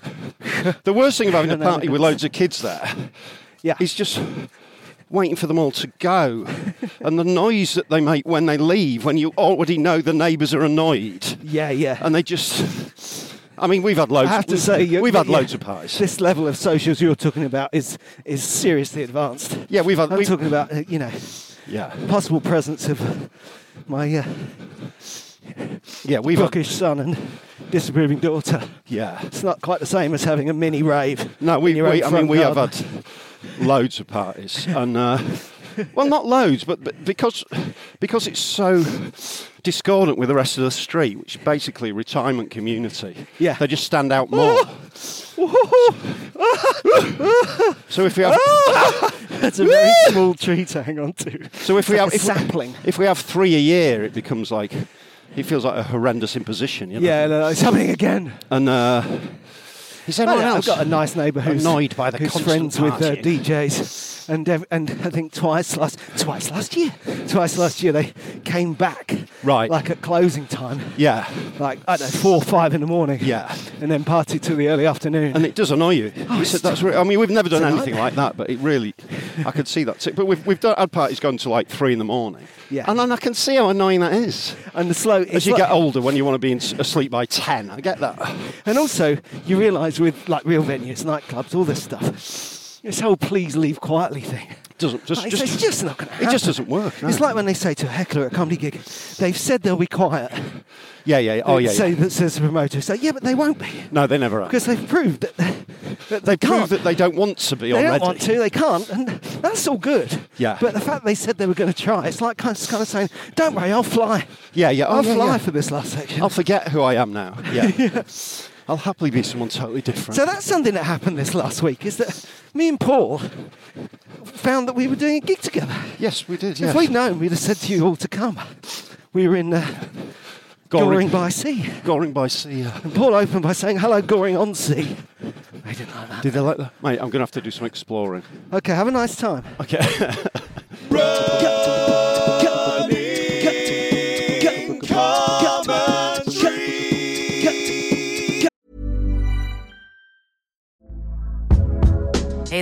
Speaker 1: The worst thing about having a
Speaker 2: No, no,
Speaker 1: party
Speaker 2: no.
Speaker 1: with loads of kids there
Speaker 2: yeah.
Speaker 1: is just waiting for them all to go and the noise that they make when they leave when you already know the neighbours are annoyed
Speaker 2: Yeah, yeah.
Speaker 1: and they just I mean we've had loads
Speaker 2: I have to say, you-
Speaker 1: we've had
Speaker 2: yeah,
Speaker 1: loads of parties
Speaker 2: This level of socials you're talking about is is seriously advanced.
Speaker 1: yeah we've had
Speaker 2: I'm
Speaker 1: we-
Speaker 2: talking about uh, you know
Speaker 1: yeah
Speaker 2: possible presence of my uh,
Speaker 1: yeah we've had,
Speaker 2: bookish son and disapproving daughter.
Speaker 1: yeah
Speaker 2: It's not quite the same as having a mini rave.
Speaker 1: no we,
Speaker 2: in your own
Speaker 1: we I mean
Speaker 2: front
Speaker 1: we have
Speaker 2: garden.
Speaker 1: had loads of parties and uh, well not loads but, but because because it's so discordant with the rest of the street which is basically a retirement community
Speaker 2: Yeah. Ah!
Speaker 1: they just stand out more so if we have
Speaker 2: Ah! That's a very small tree to hang on to.
Speaker 1: So if
Speaker 2: It's
Speaker 1: we have
Speaker 2: like a
Speaker 1: if we-
Speaker 2: sapling.
Speaker 1: if we have three a year, it becomes like it feels like a horrendous imposition. You know?
Speaker 2: Yeah, no, no, something again.
Speaker 1: And uh, is
Speaker 2: Oh,
Speaker 1: anyone
Speaker 2: yeah, I've
Speaker 1: else
Speaker 2: got a nice neighbour who's
Speaker 1: annoyed by the
Speaker 2: who's
Speaker 1: constant
Speaker 2: friends with uh,
Speaker 1: partying?
Speaker 2: DJs and ev- and I think twice last twice last year, twice last year they came back
Speaker 1: Right.
Speaker 2: like at closing time,
Speaker 1: Yeah.
Speaker 2: like I don't know four or five in the morning,
Speaker 1: Yeah.
Speaker 2: and then party till the early afternoon.
Speaker 1: And it does annoy you. It's-
Speaker 2: Oh, it's-
Speaker 1: that's re- I mean, we've never done
Speaker 2: it's a
Speaker 1: anything like that, but it really, I could see that. Too. But we've, we've done, had parties going to like three in the morning.
Speaker 2: Yeah.
Speaker 1: And then I can see how annoying that is.
Speaker 2: And the slow
Speaker 1: As you get older, when you want to be in, s- asleep by 10, I get that.
Speaker 2: And also, you realise with like real venues, nightclubs, all this stuff, this whole please leave quietly thing.
Speaker 1: Doesn't, just,
Speaker 2: Like,
Speaker 1: just,
Speaker 2: Oh, it's just not going to
Speaker 1: it just doesn't work. no.
Speaker 2: It's like when they say to a heckler at a comedy gig, they've said they'll be quiet.
Speaker 1: yeah, yeah, yeah. Oh, yeah.
Speaker 2: Say
Speaker 1: yeah.
Speaker 2: that says the promoter. Say yeah, but they won't be
Speaker 1: No, they never are.
Speaker 2: because they've proved that they, that they,
Speaker 1: They prove
Speaker 2: can't.
Speaker 1: that they don't want to be
Speaker 2: they
Speaker 1: already.
Speaker 2: don't want to. They can't, and that's all good.
Speaker 1: Yeah.
Speaker 2: But the fact they said they were going to try, it's like kind of, kind of saying, "Don't worry, I'll fly.
Speaker 1: Yeah, yeah. Oh,
Speaker 2: I'll
Speaker 1: yeah,
Speaker 2: fly
Speaker 1: yeah.
Speaker 2: for this last section."
Speaker 1: I'll forget who I am now. Yeah. I'll happily be someone totally different.
Speaker 2: So that's something that happened this last week is that me and Paul found that we were doing a gig together.
Speaker 1: yes, we did.
Speaker 2: If
Speaker 1: Yes.
Speaker 2: we'd known, we'd have said to you all to come. We were in uh, Goring by Sea.
Speaker 1: Goring by sea. uh, yeah.
Speaker 2: And Paul opened by saying, Hello, Goring on Sea. I didn't like that.
Speaker 1: Did they like that? Mate, I'm going to have to do some exploring.
Speaker 2: Okay, have a nice time.
Speaker 1: Okay.
Speaker 3: Hey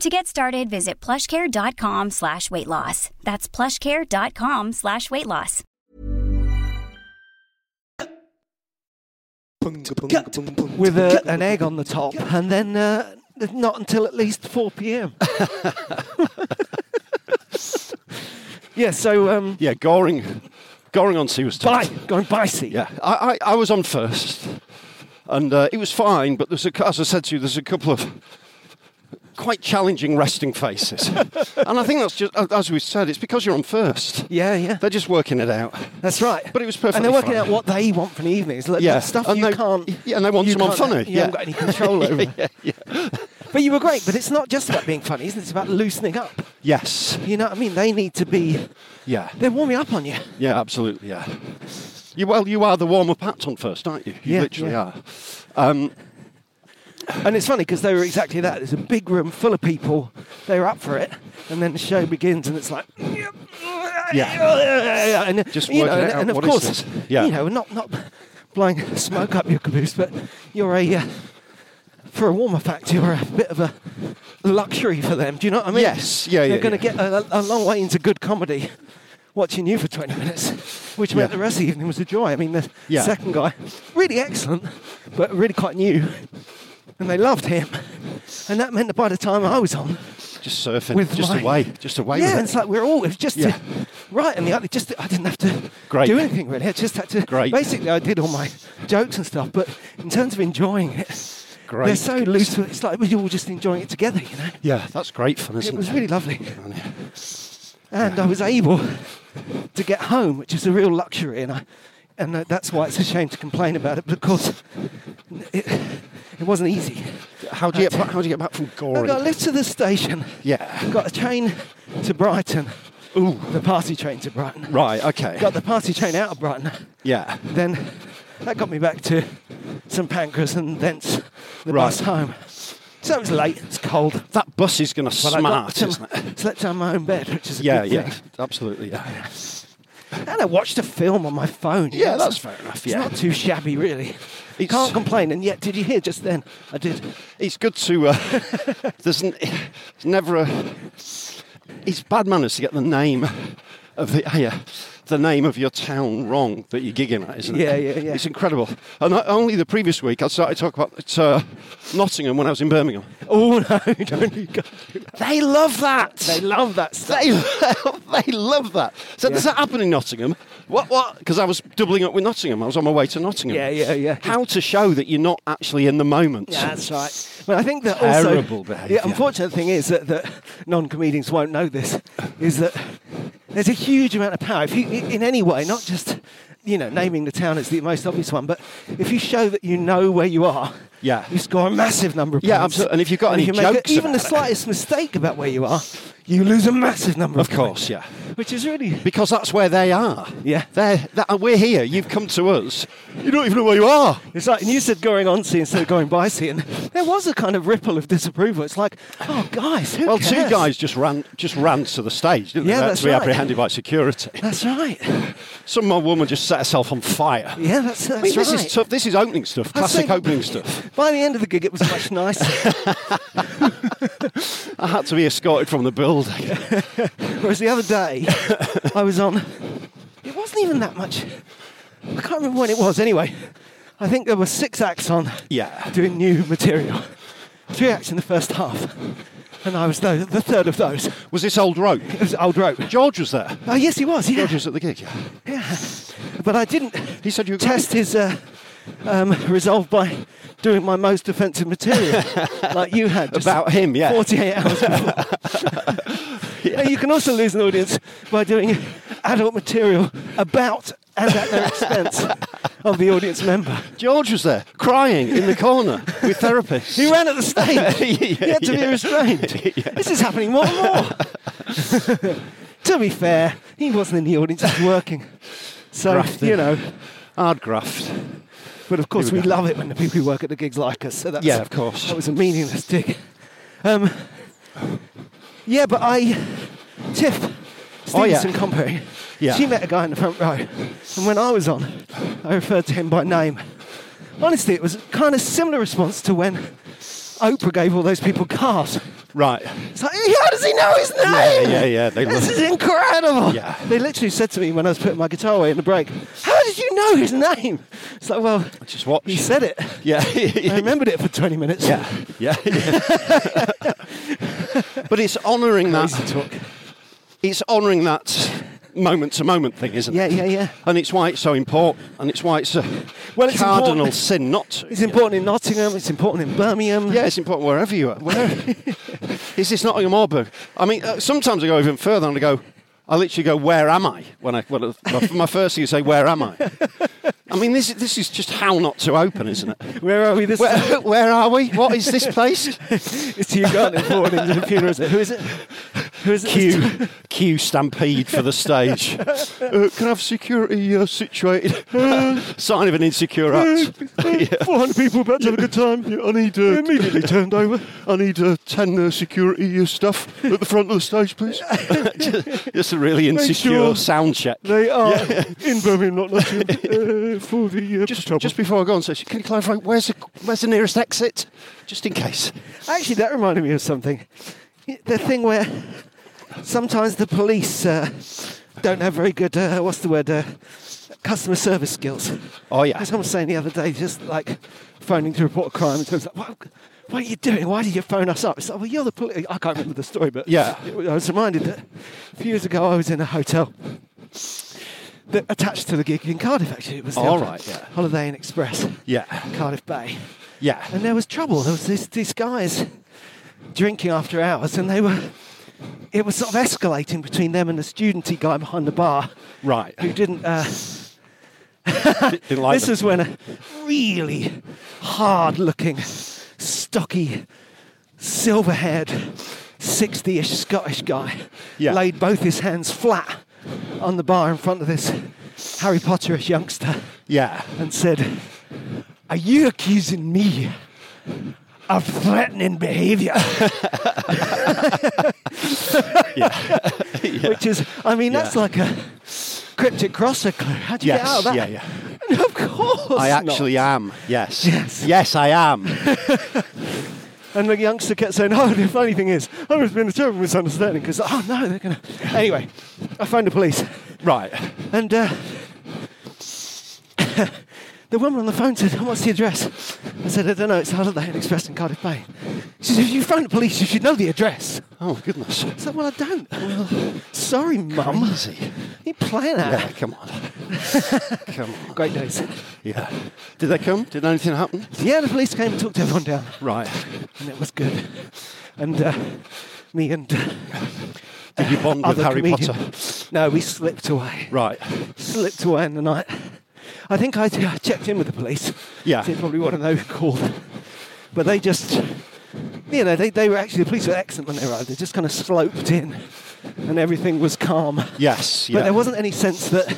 Speaker 4: To get started, visit plushcare.com slash weight loss. That's plushcare.com slash weight loss.
Speaker 2: With a, an egg on the top, and then uh, not until at least 4 pm. yeah, so um,
Speaker 1: yeah, Goring. Goring on sea was tough.
Speaker 2: bye, going by sea.
Speaker 1: Yeah, I, I, I was on first, and uh, it was fine. But there's a, cou- as I said to you, there's a couple of quite challenging resting faces, and I think that's just as we said, it's because you're on first.
Speaker 2: Yeah, yeah.
Speaker 1: They're just working it out.
Speaker 2: That's right.
Speaker 1: But it was
Speaker 2: And
Speaker 1: perfectly
Speaker 2: they're working
Speaker 1: fine.
Speaker 2: out what they want from the evening. It's like
Speaker 1: Yeah.
Speaker 2: stuff
Speaker 1: And
Speaker 2: you
Speaker 1: they-
Speaker 2: can't.
Speaker 1: yeah, and they want
Speaker 2: you
Speaker 1: someone
Speaker 2: can't-
Speaker 1: funny.
Speaker 2: You
Speaker 1: Yeah.
Speaker 2: haven't got any control over. But you were great. But it's not just about being funny, isn't it? It's about loosening up.
Speaker 1: Yes.
Speaker 2: You know what I mean? They need to be.
Speaker 1: Yeah.
Speaker 2: They're warming up on you.
Speaker 1: Yeah. Absolutely. Yeah. You, well, you are the warm-up act on first, aren't you? You
Speaker 2: Yeah,
Speaker 1: literally
Speaker 2: yeah.
Speaker 1: are. Um,
Speaker 2: And it's funny because they were exactly that. There's a big room full of people. They were up for it, and then the show begins, and it's like. Yeah. And,
Speaker 1: Just
Speaker 2: you know,
Speaker 1: working it
Speaker 2: and,
Speaker 1: out,
Speaker 2: and of
Speaker 1: what is
Speaker 2: course,
Speaker 1: this? Yeah.
Speaker 2: you know, not not blowing smoke up your caboose, but you're a. Uh, for a warmer fact, you're a bit of a luxury for them. Do you know what I mean?
Speaker 1: Yes, yeah,
Speaker 2: They're
Speaker 1: yeah,
Speaker 2: going to
Speaker 1: yeah.
Speaker 2: get a, a long way into good comedy watching you for 20 minutes, which meant
Speaker 1: Yeah.
Speaker 2: the rest of the evening was a joy. I mean, the
Speaker 1: Yeah.
Speaker 2: second guy, really excellent, but really quite new, and they loved him. And that meant that by the time I was on,
Speaker 1: just surfing.
Speaker 2: With
Speaker 1: just
Speaker 2: my-
Speaker 1: away. Just away.
Speaker 2: yeah,
Speaker 1: with it.
Speaker 2: it's like we're all it was just
Speaker 1: Yeah.
Speaker 2: right, and the other just I didn't have to
Speaker 1: Great.
Speaker 2: do anything really. I just had to
Speaker 1: Great.
Speaker 2: basically I did all my jokes and stuff, but in terms of enjoying it,
Speaker 1: Great.
Speaker 2: they're so loose. It's like we were all just enjoying it together, you know.
Speaker 1: yeah, that's great fun, isn't
Speaker 2: It
Speaker 1: it?
Speaker 2: was really lovely, and I was able to get home, which is a real luxury, and I and uh, that's why it's a shame to complain about it. But of course, it, it wasn't easy.
Speaker 1: How do you get back, how do you get back from
Speaker 2: I
Speaker 1: Goring?
Speaker 2: got a lift to the station.
Speaker 1: Yeah.
Speaker 2: Got a train to Brighton. Ooh. The party train to Brighton.
Speaker 1: Right. Okay.
Speaker 2: Got the party train out of Brighton.
Speaker 1: yeah.
Speaker 2: Then that got me back to St Pancras and thence the
Speaker 1: Right.
Speaker 2: bus home. So it was late, it's cold.
Speaker 1: That bus is going to
Speaker 2: But I
Speaker 1: smart,
Speaker 2: got to-
Speaker 1: isn't it?
Speaker 2: Slept on my own bed, which is a
Speaker 1: Yeah.
Speaker 2: good
Speaker 1: Yeah.
Speaker 2: thing.
Speaker 1: Absolutely. Yeah.
Speaker 2: And I watched a film on my phone. you
Speaker 1: Yeah,
Speaker 2: know,
Speaker 1: that's
Speaker 2: it's-
Speaker 1: fair enough,
Speaker 2: It's
Speaker 1: yeah.
Speaker 2: not too shabby, really. You
Speaker 1: It's-
Speaker 2: Can't complain. And yet, did you hear just then? I did.
Speaker 1: It's good to. Uh, there's, n- there's never a. It's bad manners to get the name of the yeah, the name of your town wrong that you're gigging at, isn't
Speaker 2: Yeah,
Speaker 1: it?
Speaker 2: yeah, yeah.
Speaker 1: It's incredible. And I, only the previous week I started talking about uh, Nottingham when I was in Birmingham.
Speaker 2: Oh no! Don't you go.
Speaker 1: They love that.
Speaker 2: They love that stuff.
Speaker 1: They, they love that. So does that happen in Nottingham? What? What? Because I was doubling up with Nottingham. I was on my way to Nottingham.
Speaker 2: Yeah, yeah, yeah.
Speaker 1: How to show that you're not actually in the moment?
Speaker 2: Yeah, that's right. But I think that also,
Speaker 1: Terrible behaviour.
Speaker 2: Yeah, unfortunate thing is that, that non-comedians won't know this. Is that there's a huge amount of power if you, in any way, not just you know naming the town is the most obvious one, but if you show that you know where you are,
Speaker 1: Yeah.
Speaker 2: you score a massive number of points.
Speaker 1: Yeah, absolutely. And if you've got any
Speaker 2: you make a-
Speaker 1: jokes
Speaker 2: even the
Speaker 1: about it.
Speaker 2: slightest mistake about where you are, you lose a massive number of,
Speaker 1: Of course,
Speaker 2: points.
Speaker 1: yeah.
Speaker 2: Which is really
Speaker 1: Because that's where they are.
Speaker 2: Yeah.
Speaker 1: They're, that, uh, we're here. You've come to us. You don't even know where you are.
Speaker 2: It's like, and you said going on sea instead of going by sea, and there was a kind of ripple of disapproval. It's like, oh, guys, who
Speaker 1: Well, two
Speaker 2: cares?
Speaker 1: guys just ran just ran to the stage, didn't
Speaker 2: Yeah,
Speaker 1: they? They had
Speaker 2: that's
Speaker 1: to be
Speaker 2: right.
Speaker 1: apprehended by security.
Speaker 2: That's right.
Speaker 1: Some old woman just set herself on fire.
Speaker 2: Yeah, that's, that's
Speaker 1: I mean,
Speaker 2: right.
Speaker 1: this is tough. This is opening stuff.
Speaker 2: I
Speaker 1: Classic
Speaker 2: think-
Speaker 1: opening stuff.
Speaker 2: By the end of the gig, it was much nicer.
Speaker 1: I had to be escorted from the building.
Speaker 2: Whereas the other day, I was on. It wasn't even that much. I can't remember when it was. Anyway, I think there were six acts on.
Speaker 1: Yeah.
Speaker 2: Doing new material. Three acts in the first half, and I was the, the third of those. It
Speaker 1: Was this old rope?
Speaker 2: was old rope.
Speaker 1: George was there.
Speaker 2: Oh yes, he was. Yeah.
Speaker 1: George was at the gig. Yeah.
Speaker 2: Yeah, but I didn't.
Speaker 1: He said you were
Speaker 2: test his uh, um, resolve by doing my most offensive material, like you had just
Speaker 1: About him, yeah.
Speaker 2: 48 hours before. Now, you can also lose an audience by doing adult material about and at the expense of the audience member.
Speaker 1: George was there, crying in the corner with therapists.
Speaker 2: He ran at the stage.
Speaker 1: Yeah,
Speaker 2: he had to be
Speaker 1: yeah.
Speaker 2: restrained. This is happening more and more. to be fair, he wasn't in the audience. He was working. So
Speaker 1: Grafted.
Speaker 2: you know.
Speaker 1: Hard graft.
Speaker 2: But of course,
Speaker 1: Here we
Speaker 2: we,
Speaker 1: go.
Speaker 2: love it when the people who work at the gigs like us. So that's,
Speaker 1: Yeah, of course.
Speaker 2: That was a meaningless dig. Um, yeah, but I, Tiff, Stevenson
Speaker 1: Oh, yeah.
Speaker 2: Compere,
Speaker 1: Yeah.
Speaker 2: she met a guy in the front row, and when I was on, I referred to him by name. Honestly, it was kind of similar response to when Oprah gave all those people cars.
Speaker 1: Right.
Speaker 2: It's like, how does he know his name?
Speaker 1: yeah, yeah, they
Speaker 2: this
Speaker 1: love-
Speaker 2: is incredible.
Speaker 1: Yeah.
Speaker 2: They literally said to me when I was putting my guitar away in the break, how did you know his name? It's like, well,
Speaker 1: Just watch.
Speaker 2: he said it.
Speaker 1: Yeah.
Speaker 2: I remembered it for 20 minutes.
Speaker 1: Yeah, yeah. but it's honouring that. It's honouring that moment to moment thing, isn't
Speaker 2: Yeah,
Speaker 1: it?
Speaker 2: yeah, yeah.
Speaker 1: And it's why it's so important, and it's why it's a
Speaker 2: Well, it's
Speaker 1: cardinal
Speaker 2: important-
Speaker 1: sin not to.
Speaker 2: It's important in Nottingham, it's important in Birmingham.
Speaker 1: Yeah, it's important wherever you are. Where is this Nottingham or Birmingham? I mean, uh, sometimes I go even further and I go, I literally go, where am I? When I well, my, my first thing you say, where am I? I mean, this this is just how not to open, isn't it?
Speaker 2: Where are we this
Speaker 1: Where, where are we? What is this place?
Speaker 2: It's Hugh Grant in Ford in the funeral. is it? Who is it? Who is it?
Speaker 1: Q, Q stampede for the stage. Uh, can I have security uh, situated? Sign of an insecure act.
Speaker 2: 400 people about to have a good time.
Speaker 1: I need uh,
Speaker 2: Immediately turned over.
Speaker 1: I need uh, ten uh, security uh, stuff at the front of the stage, please. Just a really insecure
Speaker 2: sure-
Speaker 1: sound check.
Speaker 2: They are in Birmingham, not Nottingham, uh, for the uh,
Speaker 1: Just,
Speaker 2: trouble.
Speaker 1: just before I go on, so can you clarify where's the, where's the nearest exit? Just in case.
Speaker 2: Actually, that reminded me of something. The thing where sometimes the police uh, don't have very good, uh, what's the word, uh, customer service skills.
Speaker 1: Oh, yeah.
Speaker 2: As I was saying the other day, just like phoning to report a crime, and someone's like, what, what are you doing? Why did you phone us up? It's like, well, you're the police. I can't remember the story, but
Speaker 1: Yeah.
Speaker 2: I was reminded that a few years ago I was in a hotel that attached to the gig in Cardiff, actually. It was the
Speaker 1: All
Speaker 2: old
Speaker 1: right, yeah.
Speaker 2: Holiday Inn Express,
Speaker 1: Yeah.
Speaker 2: Cardiff Bay.
Speaker 1: Yeah.
Speaker 2: And there was trouble. There was this, these guys drinking after hours, and they were. It was sort of escalating between them and the studenty guy behind the bar,
Speaker 1: Right.
Speaker 2: who didn't uh,
Speaker 1: Didn't like
Speaker 2: this
Speaker 1: them.
Speaker 2: is when a really hard looking, stocky, silver haired, 60 ish Scottish guy
Speaker 1: Yeah.
Speaker 2: laid both his hands flat on the bar in front of this Harry Potter ish youngster
Speaker 1: Yeah.
Speaker 2: and said, Are you accusing me of threatening behaviour? Which is, I mean, that's
Speaker 1: Yeah.
Speaker 2: like a cryptic crosser clue. How do you get out of
Speaker 1: Yes.
Speaker 2: that?
Speaker 1: Yeah, oh, yeah.
Speaker 2: No, of course.
Speaker 1: I
Speaker 2: not.
Speaker 1: actually am. Yes.
Speaker 2: Yes.
Speaker 1: Yes, I am.
Speaker 2: And the youngster kept saying, "Oh, the funny thing is, oh, there's been a terrible misunderstanding." Because oh no, they're gonna. Anyway, I phoned the police,
Speaker 1: right.
Speaker 2: and uh, the woman on the phone said, 'Oh, "What's the address?" I said, "I don't know. It's Holiday Inn Express in Cardiff Bay." She said, "If you phone the police, you should know the address."
Speaker 1: Oh goodness.
Speaker 2: I said, "Well, I don't." Well, sorry, mum.
Speaker 1: Crazy.
Speaker 2: You playing that?
Speaker 1: Yeah, come on. come on.
Speaker 2: Great days.
Speaker 1: Yeah. Did they come? Did anything happen?
Speaker 2: Yeah, the police came and talked everyone down.
Speaker 1: Right.
Speaker 2: and it was good. And uh, me and uh,
Speaker 1: Did you bond with
Speaker 2: other
Speaker 1: Harry
Speaker 2: comedian-
Speaker 1: Potter?
Speaker 2: No, we slipped away.
Speaker 1: Right.
Speaker 2: Slipped away in the night. I think I, I checked in with the police.
Speaker 1: Yeah.
Speaker 2: They probably want to know who called. But they just, you know, they, they were actually, the police were excellent when they arrived. They just kind of sloped in and everything was calm.
Speaker 1: Yes. Yeah.
Speaker 2: But there wasn't any sense that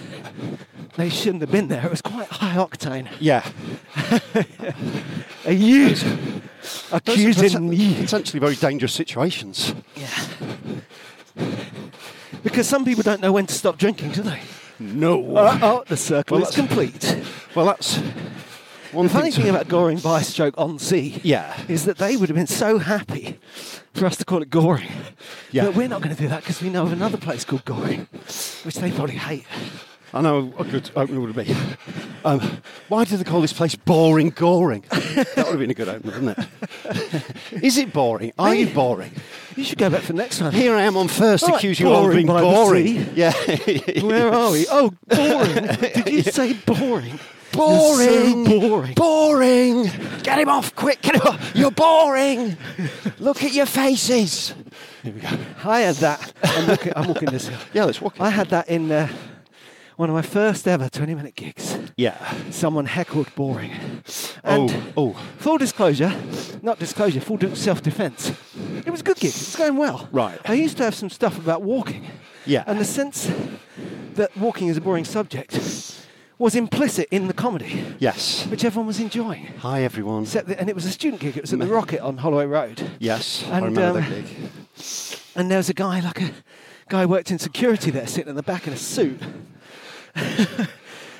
Speaker 2: they shouldn't have been there. It was quite high octane.
Speaker 1: Yeah.
Speaker 2: Are you
Speaker 1: Those are poten-
Speaker 2: accusing me?
Speaker 1: Potentially very dangerous situations.
Speaker 2: Because some people don't know when to stop drinking, do they?
Speaker 1: No.
Speaker 2: Uh, oh, the circle
Speaker 1: Well,
Speaker 2: is
Speaker 1: that's-
Speaker 2: complete.
Speaker 1: well, that's one
Speaker 2: the funny
Speaker 1: to-
Speaker 2: thing about Goring by Stroke on Sea
Speaker 1: Yeah.
Speaker 2: is that they would have been so happy for us to call it Goring.
Speaker 1: Yeah.
Speaker 2: But we're not going to do that because we know of another place called Goring, which they probably hate.
Speaker 1: I know a good opener would be. Um, why do they call this place boring goring? that would have been a good opener, wouldn't it? Is it boring? Are you boring?
Speaker 2: You should go back for the next one.
Speaker 1: Here I am on first,
Speaker 2: All right,
Speaker 1: accusing you of
Speaker 2: boring
Speaker 1: being
Speaker 2: by the
Speaker 1: boring.
Speaker 2: sea.
Speaker 1: Yeah,
Speaker 2: Where are we? Oh, boring. Did you say boring?
Speaker 1: boring,
Speaker 2: You're so boring.
Speaker 1: boring. Get him off quick! Get him off! You're boring. Look at your faces. Here we go.
Speaker 2: I had that. I'm walking, I'm walking this hill.
Speaker 1: Yeah, let's walk. it.
Speaker 2: I had that in uh, one of my first ever 20 minute gigs.
Speaker 1: Yeah.
Speaker 2: someone heckled boring. And
Speaker 1: Oh, oh.
Speaker 2: Full disclosure, not disclosure, full self defense. It was a good gig, it was going well.
Speaker 1: Right.
Speaker 2: I used to have some stuff about walking.
Speaker 1: Yeah.
Speaker 2: And the sense that walking is a boring subject was implicit in the comedy,
Speaker 1: Yes.
Speaker 2: which everyone was enjoying.
Speaker 1: Hi everyone.
Speaker 2: Except that, and it was a student gig, it was at the Rocket on Holloway Road.
Speaker 1: yes, I
Speaker 2: And,
Speaker 1: remember
Speaker 2: um,
Speaker 1: that gig.
Speaker 2: And there was a guy, like a guy who worked in security there, sitting in the back in a suit.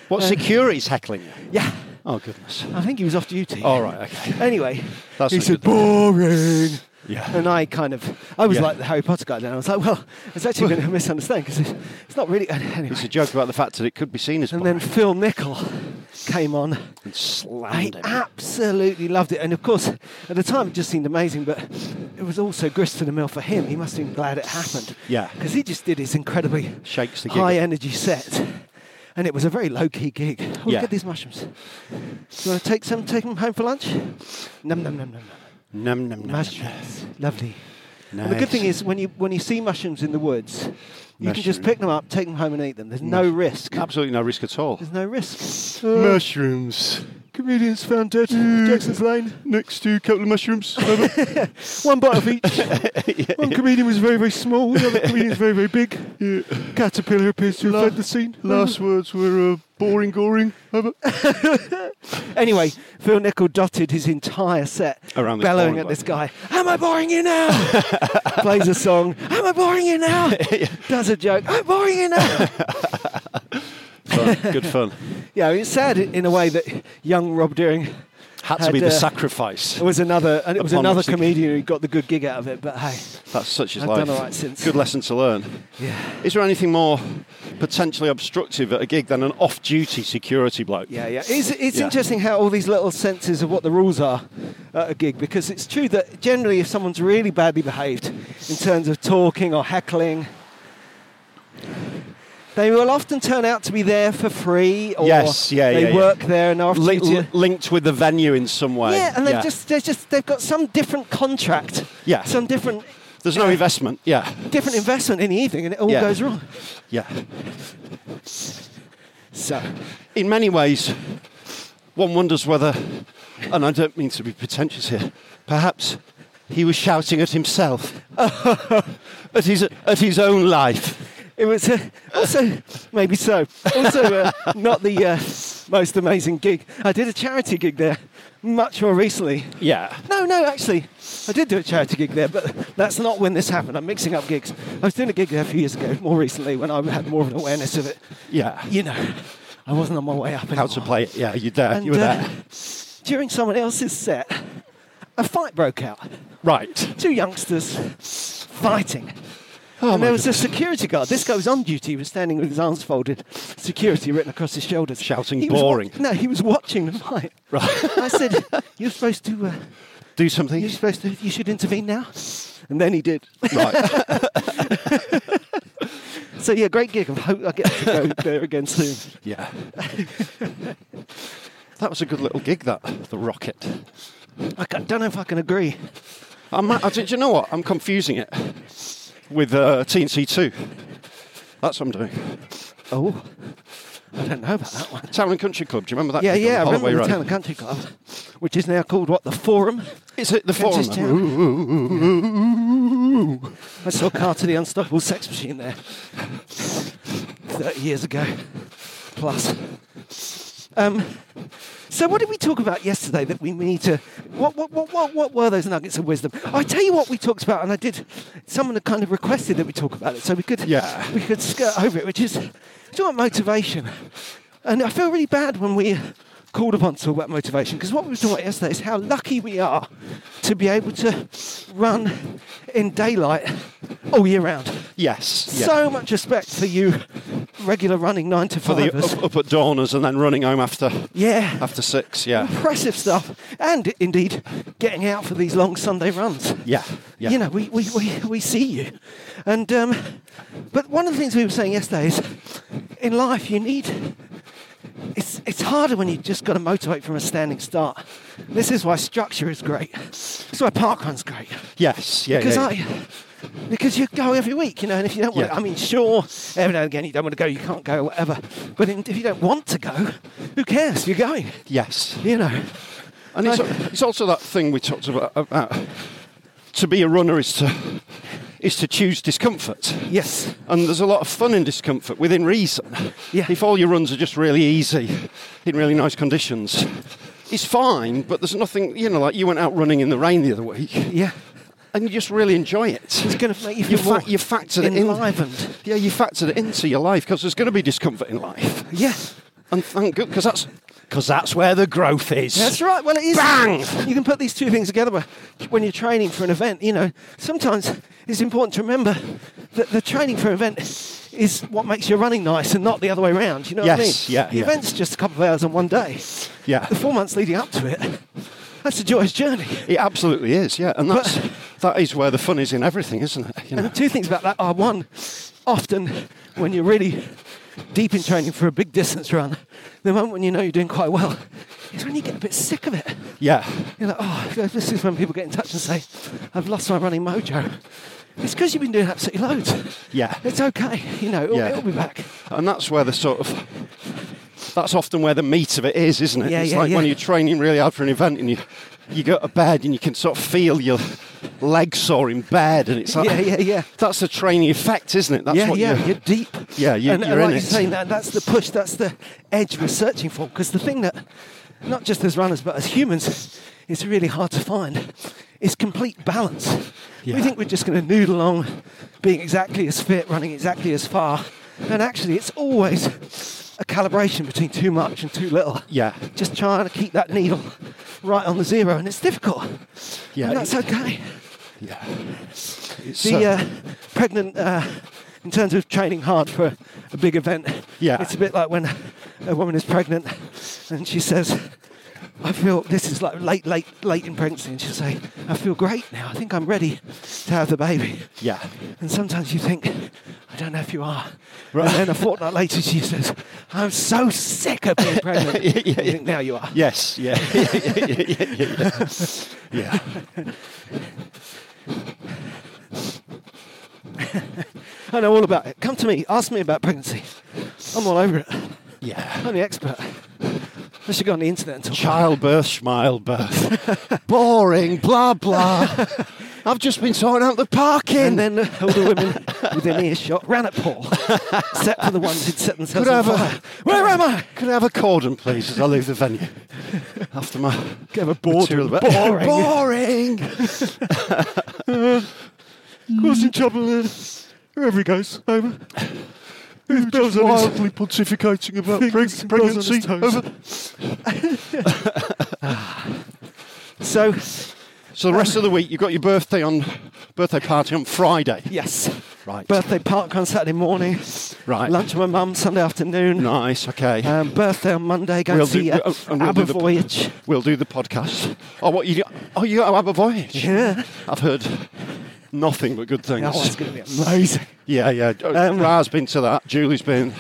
Speaker 1: What security's heckling you?
Speaker 2: Yeah.
Speaker 1: Uh, Oh goodness.
Speaker 2: I think he was off duty.
Speaker 1: All right. Okay.
Speaker 2: Anyway,
Speaker 1: That's
Speaker 2: he
Speaker 1: not
Speaker 2: said,
Speaker 1: good, though.
Speaker 2: boring.
Speaker 1: Yeah.
Speaker 2: And I kind of, I was
Speaker 1: Yeah.
Speaker 2: like the Harry Potter guy then. I was like, well, it's actually going to misunderstand because it's, it's not really. Anyway.
Speaker 1: It's a joke about the fact that it could be seen as.
Speaker 2: and then Phil Nichol came on.
Speaker 1: and
Speaker 2: I
Speaker 1: slammed him.
Speaker 2: absolutely loved it. And of course, at the time, it just seemed amazing, but it was also grist to the mill for him. He must have been glad it happened.
Speaker 1: Yeah.
Speaker 2: Because he just did his incredibly
Speaker 1: Shakes the gig.
Speaker 2: high energy set. And it was a very low key gig. Oh,
Speaker 1: Yeah.
Speaker 2: Look at these mushrooms. Do you want to take some, take them home for lunch? Num, num, num, num, num.
Speaker 1: Num num num.
Speaker 2: Mushrooms, lovely. And the
Speaker 1: Nice.
Speaker 2: good thing is, when you when you see mushrooms in the woods, you can just
Speaker 1: Mushroom.
Speaker 2: pick them up, take them home, and eat them. There's no risk.
Speaker 1: Absolutely no risk at all.
Speaker 2: There's no risk.
Speaker 1: Mushrooms.
Speaker 2: Comedians found dead. Jackson's Lane.
Speaker 1: Next to a couple of mushrooms.
Speaker 2: One bite of each. One comedian was very very small. The other comedian was very very big. Caterpillar appears to have fled the scene.
Speaker 1: words were uh, boring, goring.
Speaker 2: Anyway, Phil Nichol dotted his entire set
Speaker 1: Around this
Speaker 2: bellowing
Speaker 1: boring
Speaker 2: at
Speaker 1: bloke.
Speaker 2: this guy, Am I boring you now? Plays a song, Am I boring you now? Does a joke, I'm boring you now.
Speaker 1: Good fun.
Speaker 2: yeah, it's sad in a way that young Rob Deering
Speaker 1: Had to
Speaker 2: Had,
Speaker 1: be the
Speaker 2: uh,
Speaker 1: sacrifice.
Speaker 2: was another, and it was
Speaker 1: Upon
Speaker 2: another
Speaker 1: which the-
Speaker 2: comedian who got the good gig out of it, but hey,
Speaker 1: That's such is
Speaker 2: I've
Speaker 1: life.
Speaker 2: done all right since.
Speaker 1: Good lesson to learn.
Speaker 2: yeah.
Speaker 1: Is there anything more potentially obstructive at a gig than an off-duty security bloke?
Speaker 2: Yeah, yeah. It's, it's
Speaker 1: Yeah.
Speaker 2: interesting how all these little senses of what the rules are at a gig because it's true that generally, if someone's really badly behaved in terms of talking or heckling, they will often turn out to be there for free or
Speaker 1: Yes, yeah,
Speaker 2: they
Speaker 1: yeah, yeah.
Speaker 2: work there and after
Speaker 1: Linked, linked with the venue in some way.
Speaker 2: yeah, and they've just they've just they've got some different contract,
Speaker 1: Yeah.
Speaker 2: some different
Speaker 1: There's no
Speaker 2: yeah.
Speaker 1: investment. Yeah.
Speaker 2: different investment in the evening, and it all
Speaker 1: Yeah.
Speaker 2: goes wrong.
Speaker 1: Yeah.
Speaker 2: So,
Speaker 1: in many ways, one wonders whether, and I don't mean to be pretentious here, perhaps he was shouting at himself, at his at his own life.
Speaker 2: It was uh, also maybe so. Also, uh, not the uh, most amazing gig. I did a charity gig there, much more recently.
Speaker 1: Yeah.
Speaker 2: No, no, actually, I did do a charity gig there, but that's not when this happened. I'm mixing up gigs. I was doing a gig there a few years ago, more recently, when I had more of an awareness of it.
Speaker 1: Yeah.
Speaker 2: You know, I wasn't on my way up. Anymore.
Speaker 1: How to play it? Yeah, you there?
Speaker 2: And,
Speaker 1: you were
Speaker 2: uh,
Speaker 1: there.
Speaker 2: During someone else's set, a fight broke out.
Speaker 1: Right.
Speaker 2: Two youngsters fighting. and
Speaker 1: Oh, my
Speaker 2: there was a security guard. This guy was on duty. He was standing with his arms folded, security written across his shoulders.
Speaker 1: Shouting
Speaker 2: He was wa-
Speaker 1: boring.
Speaker 2: no, he was watching the fight.
Speaker 1: Right.
Speaker 2: I said, "You're supposed to. Uh,
Speaker 1: Do something.
Speaker 2: you're supposed to. You should intervene now." And then he did.
Speaker 1: Right.
Speaker 2: So yeah, great gig. I hope I get to go there again soon.
Speaker 1: yeah. That was a good little gig. That the rocket.
Speaker 2: I ca- don't know if I can agree.
Speaker 1: I might, I, do you know what? I'm confusing it with uh, TNC two. That's what I'm doing.
Speaker 2: Oh, I don't know about that one.
Speaker 1: Town and Country Club. Do you remember that?
Speaker 2: Yeah,
Speaker 1: gig on
Speaker 2: yeah. I remember
Speaker 1: Holloway
Speaker 2: the
Speaker 1: Road?
Speaker 2: Town and Country Club, which is now called what the Forum.
Speaker 1: Is it the forum?
Speaker 2: Kentish Town. I saw Carter the Unstoppable Sex Machine there 30 years ago, plus. Um, so, what did we talk about yesterday that we need to. What, what, what, what, what were those nuggets of wisdom? I tell you what we talked about, and I did. Someone had kind of requested that we talk about it, so we could,
Speaker 1: Yeah.
Speaker 2: we could skirt over it, which is do you want motivation? And I feel really bad when we called upon to talk about motivation because what we were talking about yesterday is how lucky we are to be able to run in daylight all year round.
Speaker 1: Yes. yeah.
Speaker 2: So much respect for you, regular running nine to
Speaker 1: for the
Speaker 2: fivers.
Speaker 1: up, up at dawners and then running home after
Speaker 2: yeah,
Speaker 1: after six. Yeah.
Speaker 2: impressive stuff. And indeed, getting out for these long Sunday runs.
Speaker 1: Yeah. Yeah.
Speaker 2: You know, we, we, we, we see you. And um, but one of the things we were saying yesterday is in life you need it's it's harder when you just gotta motivate from a standing start. This is why structure is great. This is why parkrun's great.
Speaker 1: Yes. Yeah.
Speaker 2: Because
Speaker 1: yeah.
Speaker 2: I because you go every week, you know, and if you don't want
Speaker 1: Yeah.
Speaker 2: to, I mean, sure, every now and again you don't want to go, you can't go, whatever. But in, if you don't want to go, who cares? You're going,
Speaker 1: Yes.
Speaker 2: you know.
Speaker 1: And it's,
Speaker 2: I-
Speaker 1: it's also that thing we talked about, about. To be a runner is to is to choose discomfort.
Speaker 2: Yes.
Speaker 1: And there's a lot of fun in discomfort within reason.
Speaker 2: Yeah.
Speaker 1: If all your runs are just really easy, in really nice conditions, it's fine. But there's nothing, you know, like you went out running in the rain the other week,
Speaker 2: Yeah.
Speaker 1: and you just really enjoy it.
Speaker 2: It's going to make you feel
Speaker 1: you, fa-
Speaker 2: more
Speaker 1: you factored it in.
Speaker 2: enlivened.
Speaker 1: Yeah, you factored it into your life because there's going to be discomfort in life,
Speaker 2: Yeah.
Speaker 1: and thank God because that's because that's where the growth is.
Speaker 2: That's right. Well, it is.
Speaker 1: Bang!
Speaker 2: You can put these two things together where- when you're training for an event. You know, sometimes it's important to remember that the training for an event is what makes your running nice and not the other way around. You know what I mean?
Speaker 1: Yes, yeah,
Speaker 2: The
Speaker 1: yeah.
Speaker 2: event's just a couple of hours on one day.
Speaker 1: Yeah.
Speaker 2: The four months leading up to it, that's a joyous journey.
Speaker 1: It absolutely is. Yeah, and
Speaker 2: But-
Speaker 1: that's that is where the fun is in everything, isn't it? You know?
Speaker 2: And two things about that are one, often when you're really deep in training for a big distance run, the moment when you know you're doing quite well is when you get a bit sick of it.
Speaker 1: Yeah,
Speaker 2: You're like, oh, this is when people get in touch and say, I've lost my running mojo. It's because you've been doing absolutely loads.
Speaker 1: yeah,
Speaker 2: It's okay, you know, it'll,
Speaker 1: Yeah.
Speaker 2: it'll be back.
Speaker 1: and that's where the sort of that's often where the meat of it is, isn't it?
Speaker 2: Yeah,
Speaker 1: it's
Speaker 2: yeah,
Speaker 1: like
Speaker 2: yeah.
Speaker 1: when you're training really hard for an event and you you go to bed and you can sort of feel your legs sore in bed, and it's like
Speaker 2: Yeah, yeah, yeah.
Speaker 1: That's the training effect, isn't it? That's
Speaker 2: yeah,
Speaker 1: what
Speaker 2: yeah,
Speaker 1: you-
Speaker 2: you're deep.
Speaker 1: Yeah, you-
Speaker 2: and, and
Speaker 1: you're in it.
Speaker 2: like you're saying, that, that's the push, that's the edge we're searching for. Because the thing that, not just as runners, but as humans, is really hard to find is complete balance.
Speaker 1: Yeah.
Speaker 2: We think we're just going to noodle along, being exactly as fit, running exactly as far. And actually, it's always a calibration between too much and too little.
Speaker 1: Yeah.
Speaker 2: Just trying to keep that needle right on the zero, and it's difficult.
Speaker 1: Yeah,
Speaker 2: And that's
Speaker 1: it-
Speaker 2: okay
Speaker 1: yeah. It's,
Speaker 2: the uh, pregnant uh, in terms of training hard for a big event
Speaker 1: Yeah.
Speaker 2: it's a bit like when a woman is pregnant and she says i feel this is like late late late in pregnancy and she'll say i feel great now i think i'm ready to have the baby
Speaker 1: yeah.
Speaker 2: and sometimes you think i don't know if you are and then a fortnight later she says i'm so sick of being pregnant You think, now you are
Speaker 1: Yes, yeah. yeah, yeah, yeah, yeah, yeah. Yeah.
Speaker 2: i know all about it come to me ask me about pregnancy i'm all over it
Speaker 5: Yeah.
Speaker 2: I'm the expert. I should go on the internet and talk.
Speaker 1: Childbirth, smilebirth. Boring, blah, blah. I've just been sorting out the parking.
Speaker 2: And then uh, all the women within earshot ran at Paul, except for the ones who'd set themselves
Speaker 1: Could I
Speaker 2: on
Speaker 1: have a-
Speaker 2: fire. Where am I?
Speaker 1: Could I have a cordon, please, as I leave the venue? After my
Speaker 2: Get a
Speaker 1: material about-
Speaker 2: Boring.
Speaker 1: boring.
Speaker 2: Causing trouble. uh, Wherever he goes, over. Who bells on his-
Speaker 1: pontificating about
Speaker 2: Fingers preg- crossed on his pregnancy. toes. Over- So,
Speaker 1: So the rest of the week, you've got your birthday on birthday party on Friday.
Speaker 2: yes.
Speaker 1: Right.
Speaker 2: Birthday park on Saturday morning.
Speaker 1: Right.
Speaker 2: Lunch with my mum Sunday afternoon.
Speaker 1: Nice. Okay.
Speaker 2: Um, birthday on Monday. Going
Speaker 1: We'll
Speaker 2: to see
Speaker 1: do-
Speaker 2: uh,
Speaker 1: oh, and we'll do
Speaker 2: ABBA
Speaker 1: the-
Speaker 2: Voyage.
Speaker 1: we'll do the podcast. Oh, what you? Do? Oh, you got to have a voyage.
Speaker 2: Yeah.
Speaker 1: I've heard nothing but good things.
Speaker 2: That one's going to Oh, be amazing.
Speaker 1: yeah, yeah.
Speaker 2: Um,
Speaker 1: Ra's been to that. Julie's been.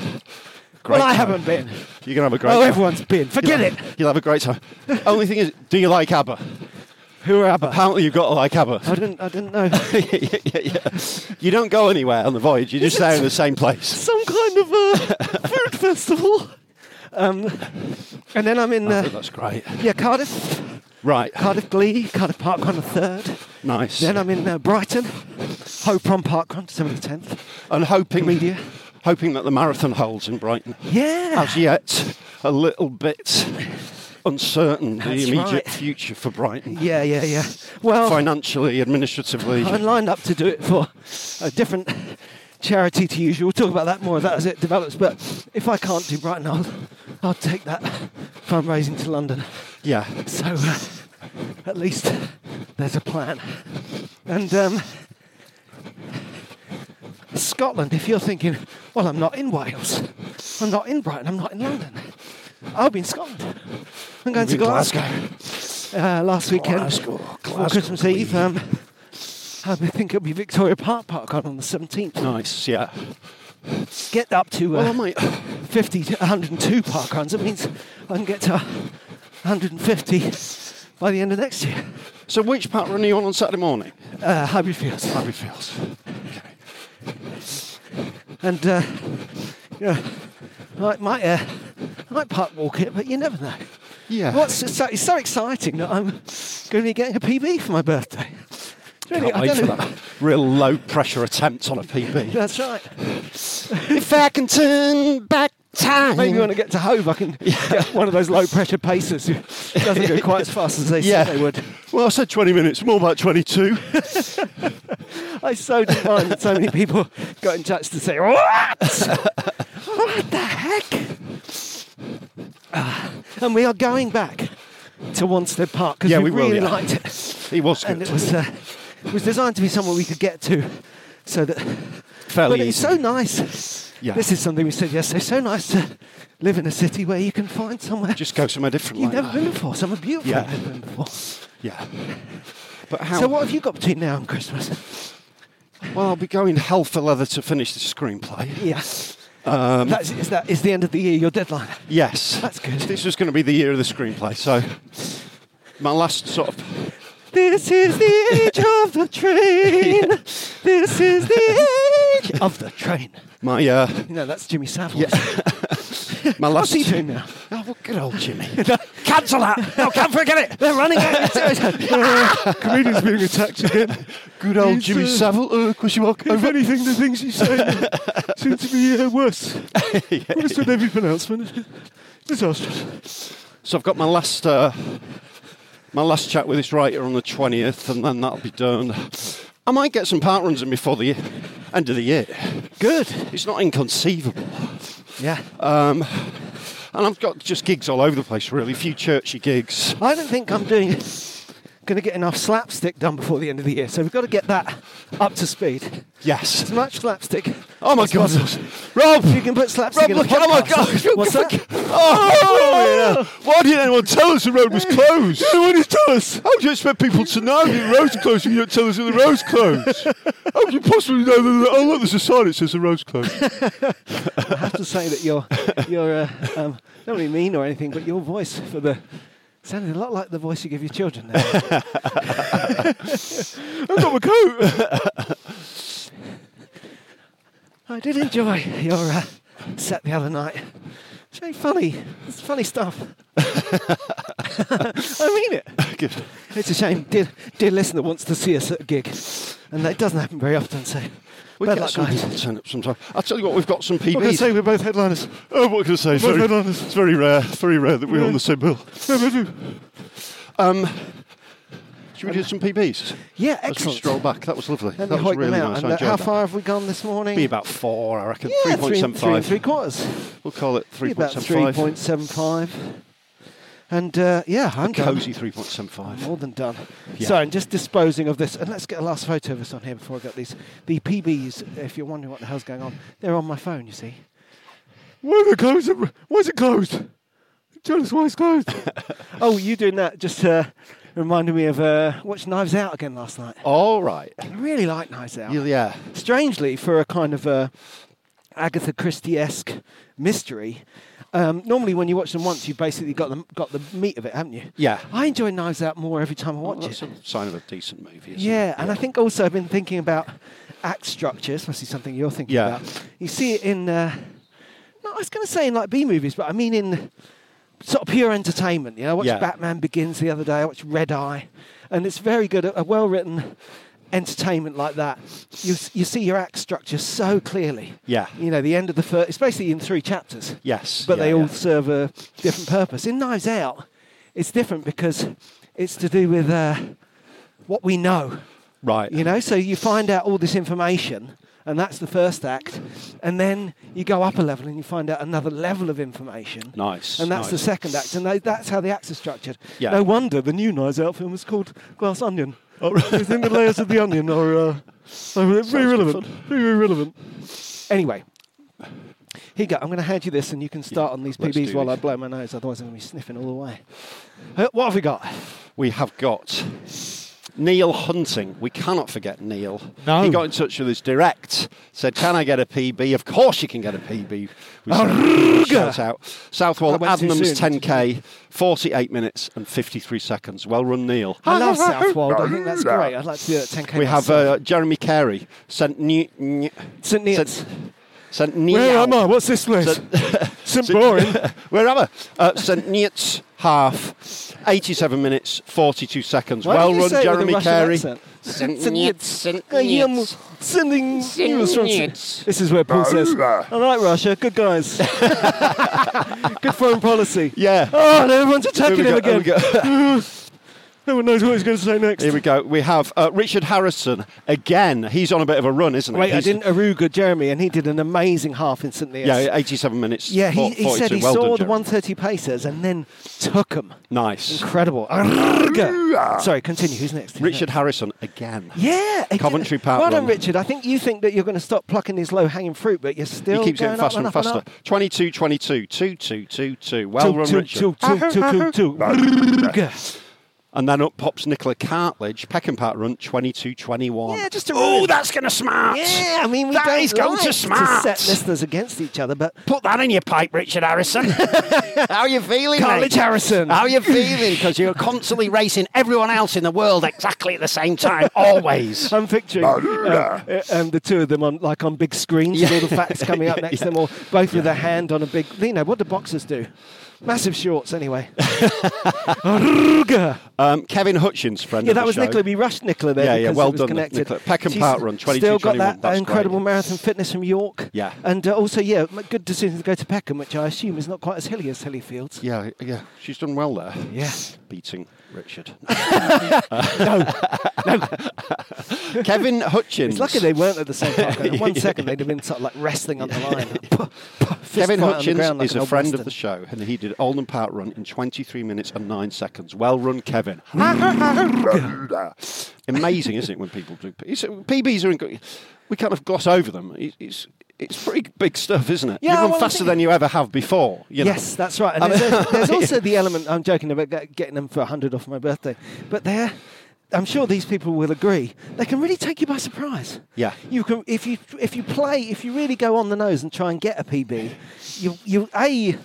Speaker 1: Great
Speaker 2: well, I
Speaker 1: time.
Speaker 2: haven't been.
Speaker 1: You're gonna have a great.
Speaker 2: Oh,
Speaker 1: time.
Speaker 2: everyone's been. Forget
Speaker 1: you'll
Speaker 2: it.
Speaker 1: Have, you'll have a great time. Only thing is, do you like ABBA?
Speaker 2: Who are ABBA?
Speaker 1: Apparently, you've got to like ABBA.
Speaker 2: I didn't. I didn't know.
Speaker 1: yeah, yeah, yeah. You don't go anywhere on the voyage. You just stay in the same place.
Speaker 2: Some kind of uh, food festival. Um, and then I'm in
Speaker 1: Oh,
Speaker 2: uh,
Speaker 1: that's great.
Speaker 2: yeah Cardiff,
Speaker 1: Right.
Speaker 2: Cardiff Glee, Cardiff Park on the third.
Speaker 1: Nice.
Speaker 2: Then I'm in uh, Brighton, Hope on Park on December the tenth.
Speaker 1: and hoping
Speaker 2: Media.
Speaker 1: hoping that the marathon holds in Brighton.
Speaker 2: Yeah.
Speaker 1: As yet, a little bit uncertain the
Speaker 2: That's
Speaker 1: immediate
Speaker 2: right. Oh.
Speaker 1: future for Brighton.
Speaker 2: Yeah, yeah, yeah. Well,
Speaker 1: Financially, administratively.
Speaker 2: I'm lined up to do it for a different charity to usual. We'll talk about that more as that as it develops. But if I can't do Brighton, I'll, I'll take that fundraising to London.
Speaker 1: Yeah.
Speaker 2: So uh, at least there's a plan. And um, Scotland, if you're thinking, well, I'm not in Wales, I'm not in Brighton, I'm not in London, I'll be in Scotland. I'm going to
Speaker 1: You'll be in
Speaker 2: Glasgow, Uh, last weekend
Speaker 1: Glasgow,
Speaker 2: for
Speaker 1: Glasgow,
Speaker 2: Christmas Eve. Um, I think it'll be Victoria Park Park on on the 17th.
Speaker 1: Nice, yeah.
Speaker 2: Get up to uh,
Speaker 1: Well, I might.
Speaker 2: 50 to 102 park runs. It means I can get to 150 by the end of next year.
Speaker 1: So, which part run are you on on Saturday morning?
Speaker 2: Uh, Highbury Fields.
Speaker 1: Abbey Fields.
Speaker 2: And uh, yeah, I might, uh, I might park walk it, but you never know.
Speaker 1: Yeah.
Speaker 2: What's it's so, it's so exciting that I'm going to be getting a PB for my birthday. It's Really,
Speaker 1: Can't
Speaker 2: I
Speaker 1: wait
Speaker 2: don't
Speaker 1: for
Speaker 2: know.
Speaker 1: that. Real low pressure attempt on a PB.
Speaker 2: That's right.
Speaker 1: if I can turn back time.
Speaker 2: Maybe when I get to Hove, I can get one of those low pressure pacers who doesn't go quite as fast as they
Speaker 1: yeah.
Speaker 2: said they would.
Speaker 1: Well, I said 20 minutes, more like 22.
Speaker 2: I so didn't mind that so many people got in touch to say, What? what the heck? Ah, and we are going back to Wanstead Park because
Speaker 1: Yeah,
Speaker 2: we,
Speaker 1: we will,
Speaker 2: really
Speaker 1: yeah.
Speaker 2: liked it.
Speaker 1: He was good.
Speaker 2: And it was, uh, it was designed to be somewhere we could get to so that.
Speaker 1: fairly
Speaker 2: but it's so nice.
Speaker 1: Yeah.
Speaker 2: This is something we said yesterday. It's so nice to live in a city where you can find somewhere
Speaker 1: Just go somewhere different.
Speaker 2: you've
Speaker 1: like
Speaker 2: never
Speaker 1: that.
Speaker 2: been before, somewhere beautiful
Speaker 1: Yeah.
Speaker 2: you've never been before.
Speaker 1: Yeah. But how?
Speaker 2: So what have you got between now and Christmas?
Speaker 1: Well, I'll be going hell for leather to finish the screenplay.
Speaker 2: Yes. That's, is that is the end of the year your deadline?
Speaker 1: Yes.
Speaker 2: That's good.
Speaker 1: This was going to be the year of the screenplay. So my last sort of.
Speaker 2: This is the age of the train. This is the age of the train.
Speaker 1: My, uh,
Speaker 2: You know that's Jimmy Savile.
Speaker 1: my last.
Speaker 2: What's he doing now?
Speaker 1: Oh, well, good old Jimmy.
Speaker 2: Cancel that. No, can't forget it. They're running out. Comedian's being attacked again.
Speaker 1: good old
Speaker 2: He's,
Speaker 1: Jimmy
Speaker 2: uh,
Speaker 1: Savile. Uh, of course you walk over.
Speaker 2: anything, the things he's saying seem to be uh, worse. Worse than every pronouncement. Disastrous.
Speaker 1: So I've got my last. Uh, my last chat with this writer on the 20th, and then that'll be done. I might get some part runs in before the end of the year.
Speaker 2: Good.
Speaker 1: It's not inconceivable.
Speaker 2: Yeah.
Speaker 1: Um, and I've got just gigs all over the place, really. A few churchy gigs.
Speaker 2: I don't think I'm doing going to get enough slapstick done before the end of the year. So we've got to get that up to speed. As
Speaker 1: Yes.
Speaker 2: much slapstick.
Speaker 1: Oh my
Speaker 2: as
Speaker 1: God,
Speaker 2: possible.
Speaker 1: Rob!
Speaker 2: If you can put slapstick
Speaker 1: Rob,
Speaker 2: in
Speaker 1: look!
Speaker 2: a
Speaker 1: Oh my
Speaker 2: podcast.
Speaker 1: God!
Speaker 2: What's that?
Speaker 1: Oh, yeah. Why didn't anyone tell us the road was closed? No one tell us. How do you expect people to know the road's closed if you don't tell us that the road's closed? How do you possibly know that? Oh look, there's a sign that says the road's closed.
Speaker 2: I have to say that you're, you're uh, um, not really mean or anything, but your voice for the sounded a lot like the voice you give your children now.
Speaker 1: I've got my coat.
Speaker 2: I did enjoy your uh, set the other night. Jay, funny. It's funny stuff. I mean it.
Speaker 1: Good.
Speaker 2: It's a shame. Dear, dear listener wants to see us at a gig, and that doesn't happen very often, so.
Speaker 1: We
Speaker 2: bad
Speaker 1: get
Speaker 2: luck,
Speaker 1: some
Speaker 2: guys.
Speaker 1: people to turn up sometime. I'll tell you what, we've got some
Speaker 2: What can I say?
Speaker 1: PBs.
Speaker 2: We're both headliners.
Speaker 1: Oh, what can I say? It's
Speaker 2: Both
Speaker 1: very,
Speaker 2: headliners.
Speaker 1: it's very rare, very rare that we're on the same bill. Um, should we do some PBs?
Speaker 2: Yeah,
Speaker 1: Let's
Speaker 2: excellent.
Speaker 1: stroll back. That was lovely.
Speaker 2: Let
Speaker 1: that
Speaker 2: me
Speaker 1: was
Speaker 2: hoik
Speaker 1: really
Speaker 2: them out.
Speaker 1: nice. I
Speaker 2: and, uh,
Speaker 1: enjoyed
Speaker 2: how
Speaker 1: that.
Speaker 2: far have we gone this morning?
Speaker 1: Be about four, I reckon.
Speaker 2: yeah, three and- three
Speaker 1: 3.75.
Speaker 2: and three quarters.
Speaker 1: We'll call it
Speaker 2: Be about
Speaker 1: 3.75.
Speaker 2: 3.75. And uh, yeah, I'm done.
Speaker 1: Cozy
Speaker 2: I'm
Speaker 1: 3.75.
Speaker 2: More than done.
Speaker 1: Yeah.
Speaker 2: So I'm just disposing of this, and let's get a last photo of us on here before I get these. The PBs, if you're wondering what the hell's going on, they're on my phone. You see.
Speaker 1: Why is it closed? Why is it closed? Tell us why it's closed.
Speaker 2: Oh, you doing that just uh, reminded me of uh, watch Knives Out again last night.
Speaker 1: All right.
Speaker 2: I really like Knives Out.
Speaker 1: You- Yeah.
Speaker 2: strangely for a kind of a Agatha Christie-esque mystery. Um, normally, when you watch them once, you've basically got the got the meat of it, haven't you?
Speaker 1: Yeah.
Speaker 2: I enjoy Knives Out more every time I
Speaker 1: Well,
Speaker 2: watch
Speaker 1: that's
Speaker 2: it.
Speaker 1: a sign of a decent movie. isn't
Speaker 2: yeah,
Speaker 1: it?
Speaker 2: and I think also I've been thinking about act structure. This must be something you're thinking
Speaker 1: Yeah.
Speaker 2: about. You see it in. Uh, no, I was going to say in like B movies, but I mean in sort of pure entertainment. You know, I watched
Speaker 1: Yeah.
Speaker 2: Batman Begins the other day. I watched Red Eye, and it's very good. A, a well-written entertainment like that, you s- you see your act structure so clearly.
Speaker 1: Yeah.
Speaker 2: You know, the end of the first. It's basically in three chapters.
Speaker 1: Yes,
Speaker 2: But
Speaker 1: yeah,
Speaker 2: they all
Speaker 1: yeah.
Speaker 2: serve a different purpose. In Knives Out, it's different because it's to do with uh, what we know.
Speaker 1: Right.
Speaker 2: You know, so you find out all this information, and that's the first act. And then you go up a level and you find out another level of information.
Speaker 1: Nice,
Speaker 2: And that's the
Speaker 1: nice.
Speaker 2: second act. And they, that's how the acts are structured.
Speaker 1: Yeah.
Speaker 2: No wonder the new Knives Out film is called Glass Onion. Oh, right. You think the layers of the onion are uh, are very relevant. Very, very relevant. Anyway. Here you go. I'm going to hand you this, and you can start on these
Speaker 1: let's
Speaker 2: PBs
Speaker 1: do
Speaker 2: while
Speaker 1: this.
Speaker 2: I blow my nose. Otherwise, I'm going to be sniffing all the way. Uh, what have we got?
Speaker 1: we have got Neil Hunting. We cannot forget Neil.
Speaker 2: No.
Speaker 1: He got in touch with us direct, said, Can I get a PB? Of course you can get a PB. We sent him a shout out. Southwell
Speaker 2: I Oh, went too
Speaker 1: Adnams
Speaker 2: soon.
Speaker 1: 10K, 48 minutes and 53 seconds. Well run, Neil.
Speaker 2: I love Southwold. I think that's great. I'd like to do that 10k.
Speaker 1: We have uh, Jeremy Carey, St. New. New-
Speaker 2: St. Neots.
Speaker 1: St. St. Neal.
Speaker 2: What's this place? St.
Speaker 1: Where am I? Uh, St. Neots half, 87 minutes, 42 seconds.
Speaker 2: Why
Speaker 1: well
Speaker 2: did you
Speaker 1: run,
Speaker 2: say it with a
Speaker 1: Jeremy
Speaker 2: Russian
Speaker 1: Carey.
Speaker 2: accent?
Speaker 1: St.
Speaker 2: I am Sending news from
Speaker 1: Neots.
Speaker 2: This is where Paul says, "All right, Russia, good guys, good foreign policy."
Speaker 1: Yeah.
Speaker 2: Oh, and everyone's attacking
Speaker 1: Here
Speaker 2: him
Speaker 1: we go,
Speaker 2: again.
Speaker 1: here we
Speaker 2: No one knows what he's going to say next.
Speaker 1: Here we go. We have uh, Richard Harrison again. He's on a bit of a run, isn't he?
Speaker 2: Wait, I
Speaker 1: He's-
Speaker 2: didn't Aruga Jeremy, and he did an amazing half in St. Neots.
Speaker 1: Yeah, 87 minutes.
Speaker 2: Yeah, he,
Speaker 1: four-
Speaker 2: he said
Speaker 1: 42.
Speaker 2: he
Speaker 1: Well
Speaker 2: saw
Speaker 1: done,
Speaker 2: the
Speaker 1: Jeremy.
Speaker 2: 130 paces and then took them.
Speaker 1: Nice.
Speaker 2: Incredible. Aruga. Sorry, continue. Who's next? Who's
Speaker 1: Richard
Speaker 2: next?
Speaker 1: Harrison again.
Speaker 2: Yeah, it did-
Speaker 1: Coventry Park
Speaker 2: Well done,
Speaker 1: run.
Speaker 2: Richard. I think you think that you're going to stop plucking his low-hanging fruit, but you're still
Speaker 1: He keeps
Speaker 2: going
Speaker 1: getting faster
Speaker 2: up
Speaker 1: and
Speaker 2: and,
Speaker 1: faster.
Speaker 2: up
Speaker 1: 22, 22, 2, 2, 2, 2. Well run,
Speaker 2: two,
Speaker 1: Richard.
Speaker 2: two, two, two, two, two. Aruga.
Speaker 1: And then up pops Nicola Cartledge, Peckinpah run 22 21.
Speaker 2: Yeah, just a
Speaker 1: Oh,
Speaker 2: rude-
Speaker 1: that's going to smart.
Speaker 2: Yeah, I mean we
Speaker 1: That
Speaker 2: don't
Speaker 1: is going
Speaker 2: like
Speaker 1: to smart.
Speaker 2: set listeners against each other, but
Speaker 1: Put that in your pipe, Richard Harrison. How are you feeling,
Speaker 2: Cartledge
Speaker 1: mate? Oh,
Speaker 2: Harrison.
Speaker 1: How are you feeling? Because you're constantly racing everyone else in the world exactly at the same time, always.
Speaker 2: I'm picturing um, uh, um, the two of them on like on big screens with all the facts coming up next to them, or both with a hand on a big. You know what do boxers do? Massive shorts, anyway. Aruga.
Speaker 1: Um, Kevin Hutchins, friend
Speaker 2: Yeah,
Speaker 1: of the
Speaker 2: that was
Speaker 1: show.
Speaker 2: Nicola. We rushed Nicola there.
Speaker 1: Yeah, yeah,
Speaker 2: because
Speaker 1: well
Speaker 2: it was
Speaker 1: done,
Speaker 2: Connected.
Speaker 1: Nicola. Peckham
Speaker 2: She's
Speaker 1: Park run, 22,
Speaker 2: Still got
Speaker 1: 21,
Speaker 2: that
Speaker 1: that's
Speaker 2: incredible
Speaker 1: great.
Speaker 2: marathon fitness from York.
Speaker 1: Yeah.
Speaker 2: and uh, also yeah, m- good decision to go to Peckham, which I assume is not quite as hilly as Hillyfields.
Speaker 1: Yeah, yeah, she's done well there.
Speaker 2: Yeah.
Speaker 1: Beating Richard. no, no. Kevin Hutchins.
Speaker 2: It's lucky they weren't at the same park. In one second, they'd have been sort of like wrestling on the line. Puh, puh, fist
Speaker 1: Kevin
Speaker 2: fight on the
Speaker 1: Hutchins
Speaker 2: ground like
Speaker 1: is
Speaker 2: an
Speaker 1: a
Speaker 2: old
Speaker 1: friend of
Speaker 2: Western.
Speaker 1: the show, and he did Oldham Park Run in 23 minutes and 9 seconds. Well run, Kevin. Amazing, isn't it, when people do it's, PBs? Are in, good- we kind of gloss over them. It- It's, it's pretty big stuff, isn't it?
Speaker 2: Yeah,
Speaker 1: you run
Speaker 2: well, I
Speaker 1: faster
Speaker 2: think-
Speaker 1: than you ever have before. You know? Um,
Speaker 2: Yes, that's right. And there's, there's also the element, I'm joking about get- getting them for 100 off my birthday, but they're, I'm sure these people will agree, they can really take you by surprise.
Speaker 1: Yeah.
Speaker 2: You can, if you, if you play, if you really go on the nose and try and get a PB, you, you, A,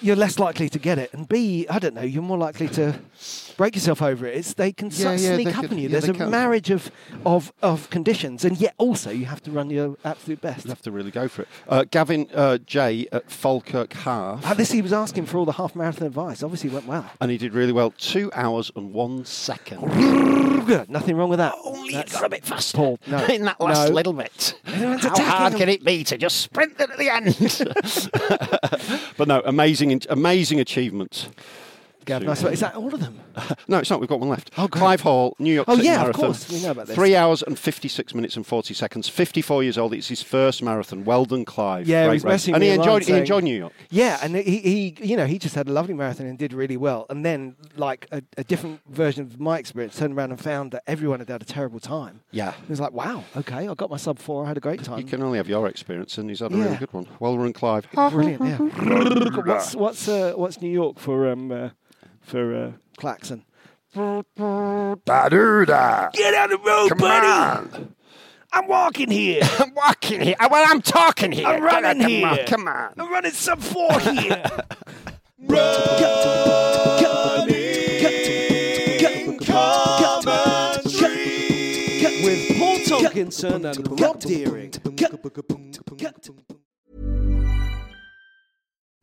Speaker 2: you're less likely to get it, and B, I don't know, you're more likely to break yourself over it. It's, they can
Speaker 1: Yeah,
Speaker 2: so-
Speaker 1: yeah,
Speaker 2: sneak
Speaker 1: they
Speaker 2: up
Speaker 1: could-
Speaker 2: on you.
Speaker 1: yeah,
Speaker 2: There's
Speaker 1: they
Speaker 2: a
Speaker 1: can.
Speaker 2: marriage of, of, of conditions, and yet also you have to run your absolute best.
Speaker 1: You have to really go for it. Uh, Gavin uh, J at Falkirk Half.
Speaker 2: Ah, this he was asking for all the half marathon advice. Obviously, it went well.
Speaker 1: and he did really well. Two hours and one second.
Speaker 2: Nothing wrong with that.
Speaker 1: Only
Speaker 2: That's-
Speaker 1: Oh, got a bit faster
Speaker 2: Paul, no,
Speaker 1: in that last
Speaker 2: no.
Speaker 1: little bit.
Speaker 2: Everyone's
Speaker 1: How
Speaker 2: attacking
Speaker 1: hard
Speaker 2: him.
Speaker 1: can it be to just sprint it at the end? but no, amazing, amazing achievement.
Speaker 2: Gav, nice one. Is that all of them?
Speaker 1: No, it's not. We've got one left.
Speaker 2: Oh, great.
Speaker 1: Clive Hall, New York
Speaker 2: Oh,
Speaker 1: City
Speaker 2: yeah, of
Speaker 1: Marathon.
Speaker 2: course. We know about this.
Speaker 1: Three hours and 56 minutes and 40 seconds. 54 years old. It's his first marathon. Well done, Clive.
Speaker 2: Yeah, he
Speaker 1: Great
Speaker 2: was
Speaker 1: race.
Speaker 2: messaging
Speaker 1: And
Speaker 2: me
Speaker 1: he
Speaker 2: online
Speaker 1: enjoyed, he
Speaker 2: saying-
Speaker 1: enjoyed New York.
Speaker 2: Yeah, and he, he, you know, he just had a lovely marathon and did really well. And then, like a, a different version of my experience, turned around and found that everyone had had a terrible time.
Speaker 1: Yeah.
Speaker 2: it was like, wow, okay, I got my sub four, I had a great time.
Speaker 1: You can only have your experience, and he's had a
Speaker 2: Yeah.
Speaker 1: really good one. Well run, Clive.
Speaker 2: Brilliant. Yeah. what's what's uh, what's New York for um uh, for uh, Claxon?
Speaker 1: Baduda. Get out of the road, buddy.
Speaker 2: I'm walking here.
Speaker 1: I'm walking here. Well, I'm talking here.
Speaker 2: I'm running
Speaker 1: come
Speaker 2: here.
Speaker 1: On, come on.
Speaker 2: I'm running sub four here.
Speaker 6: With Paul Tolkinson and Rob Deering.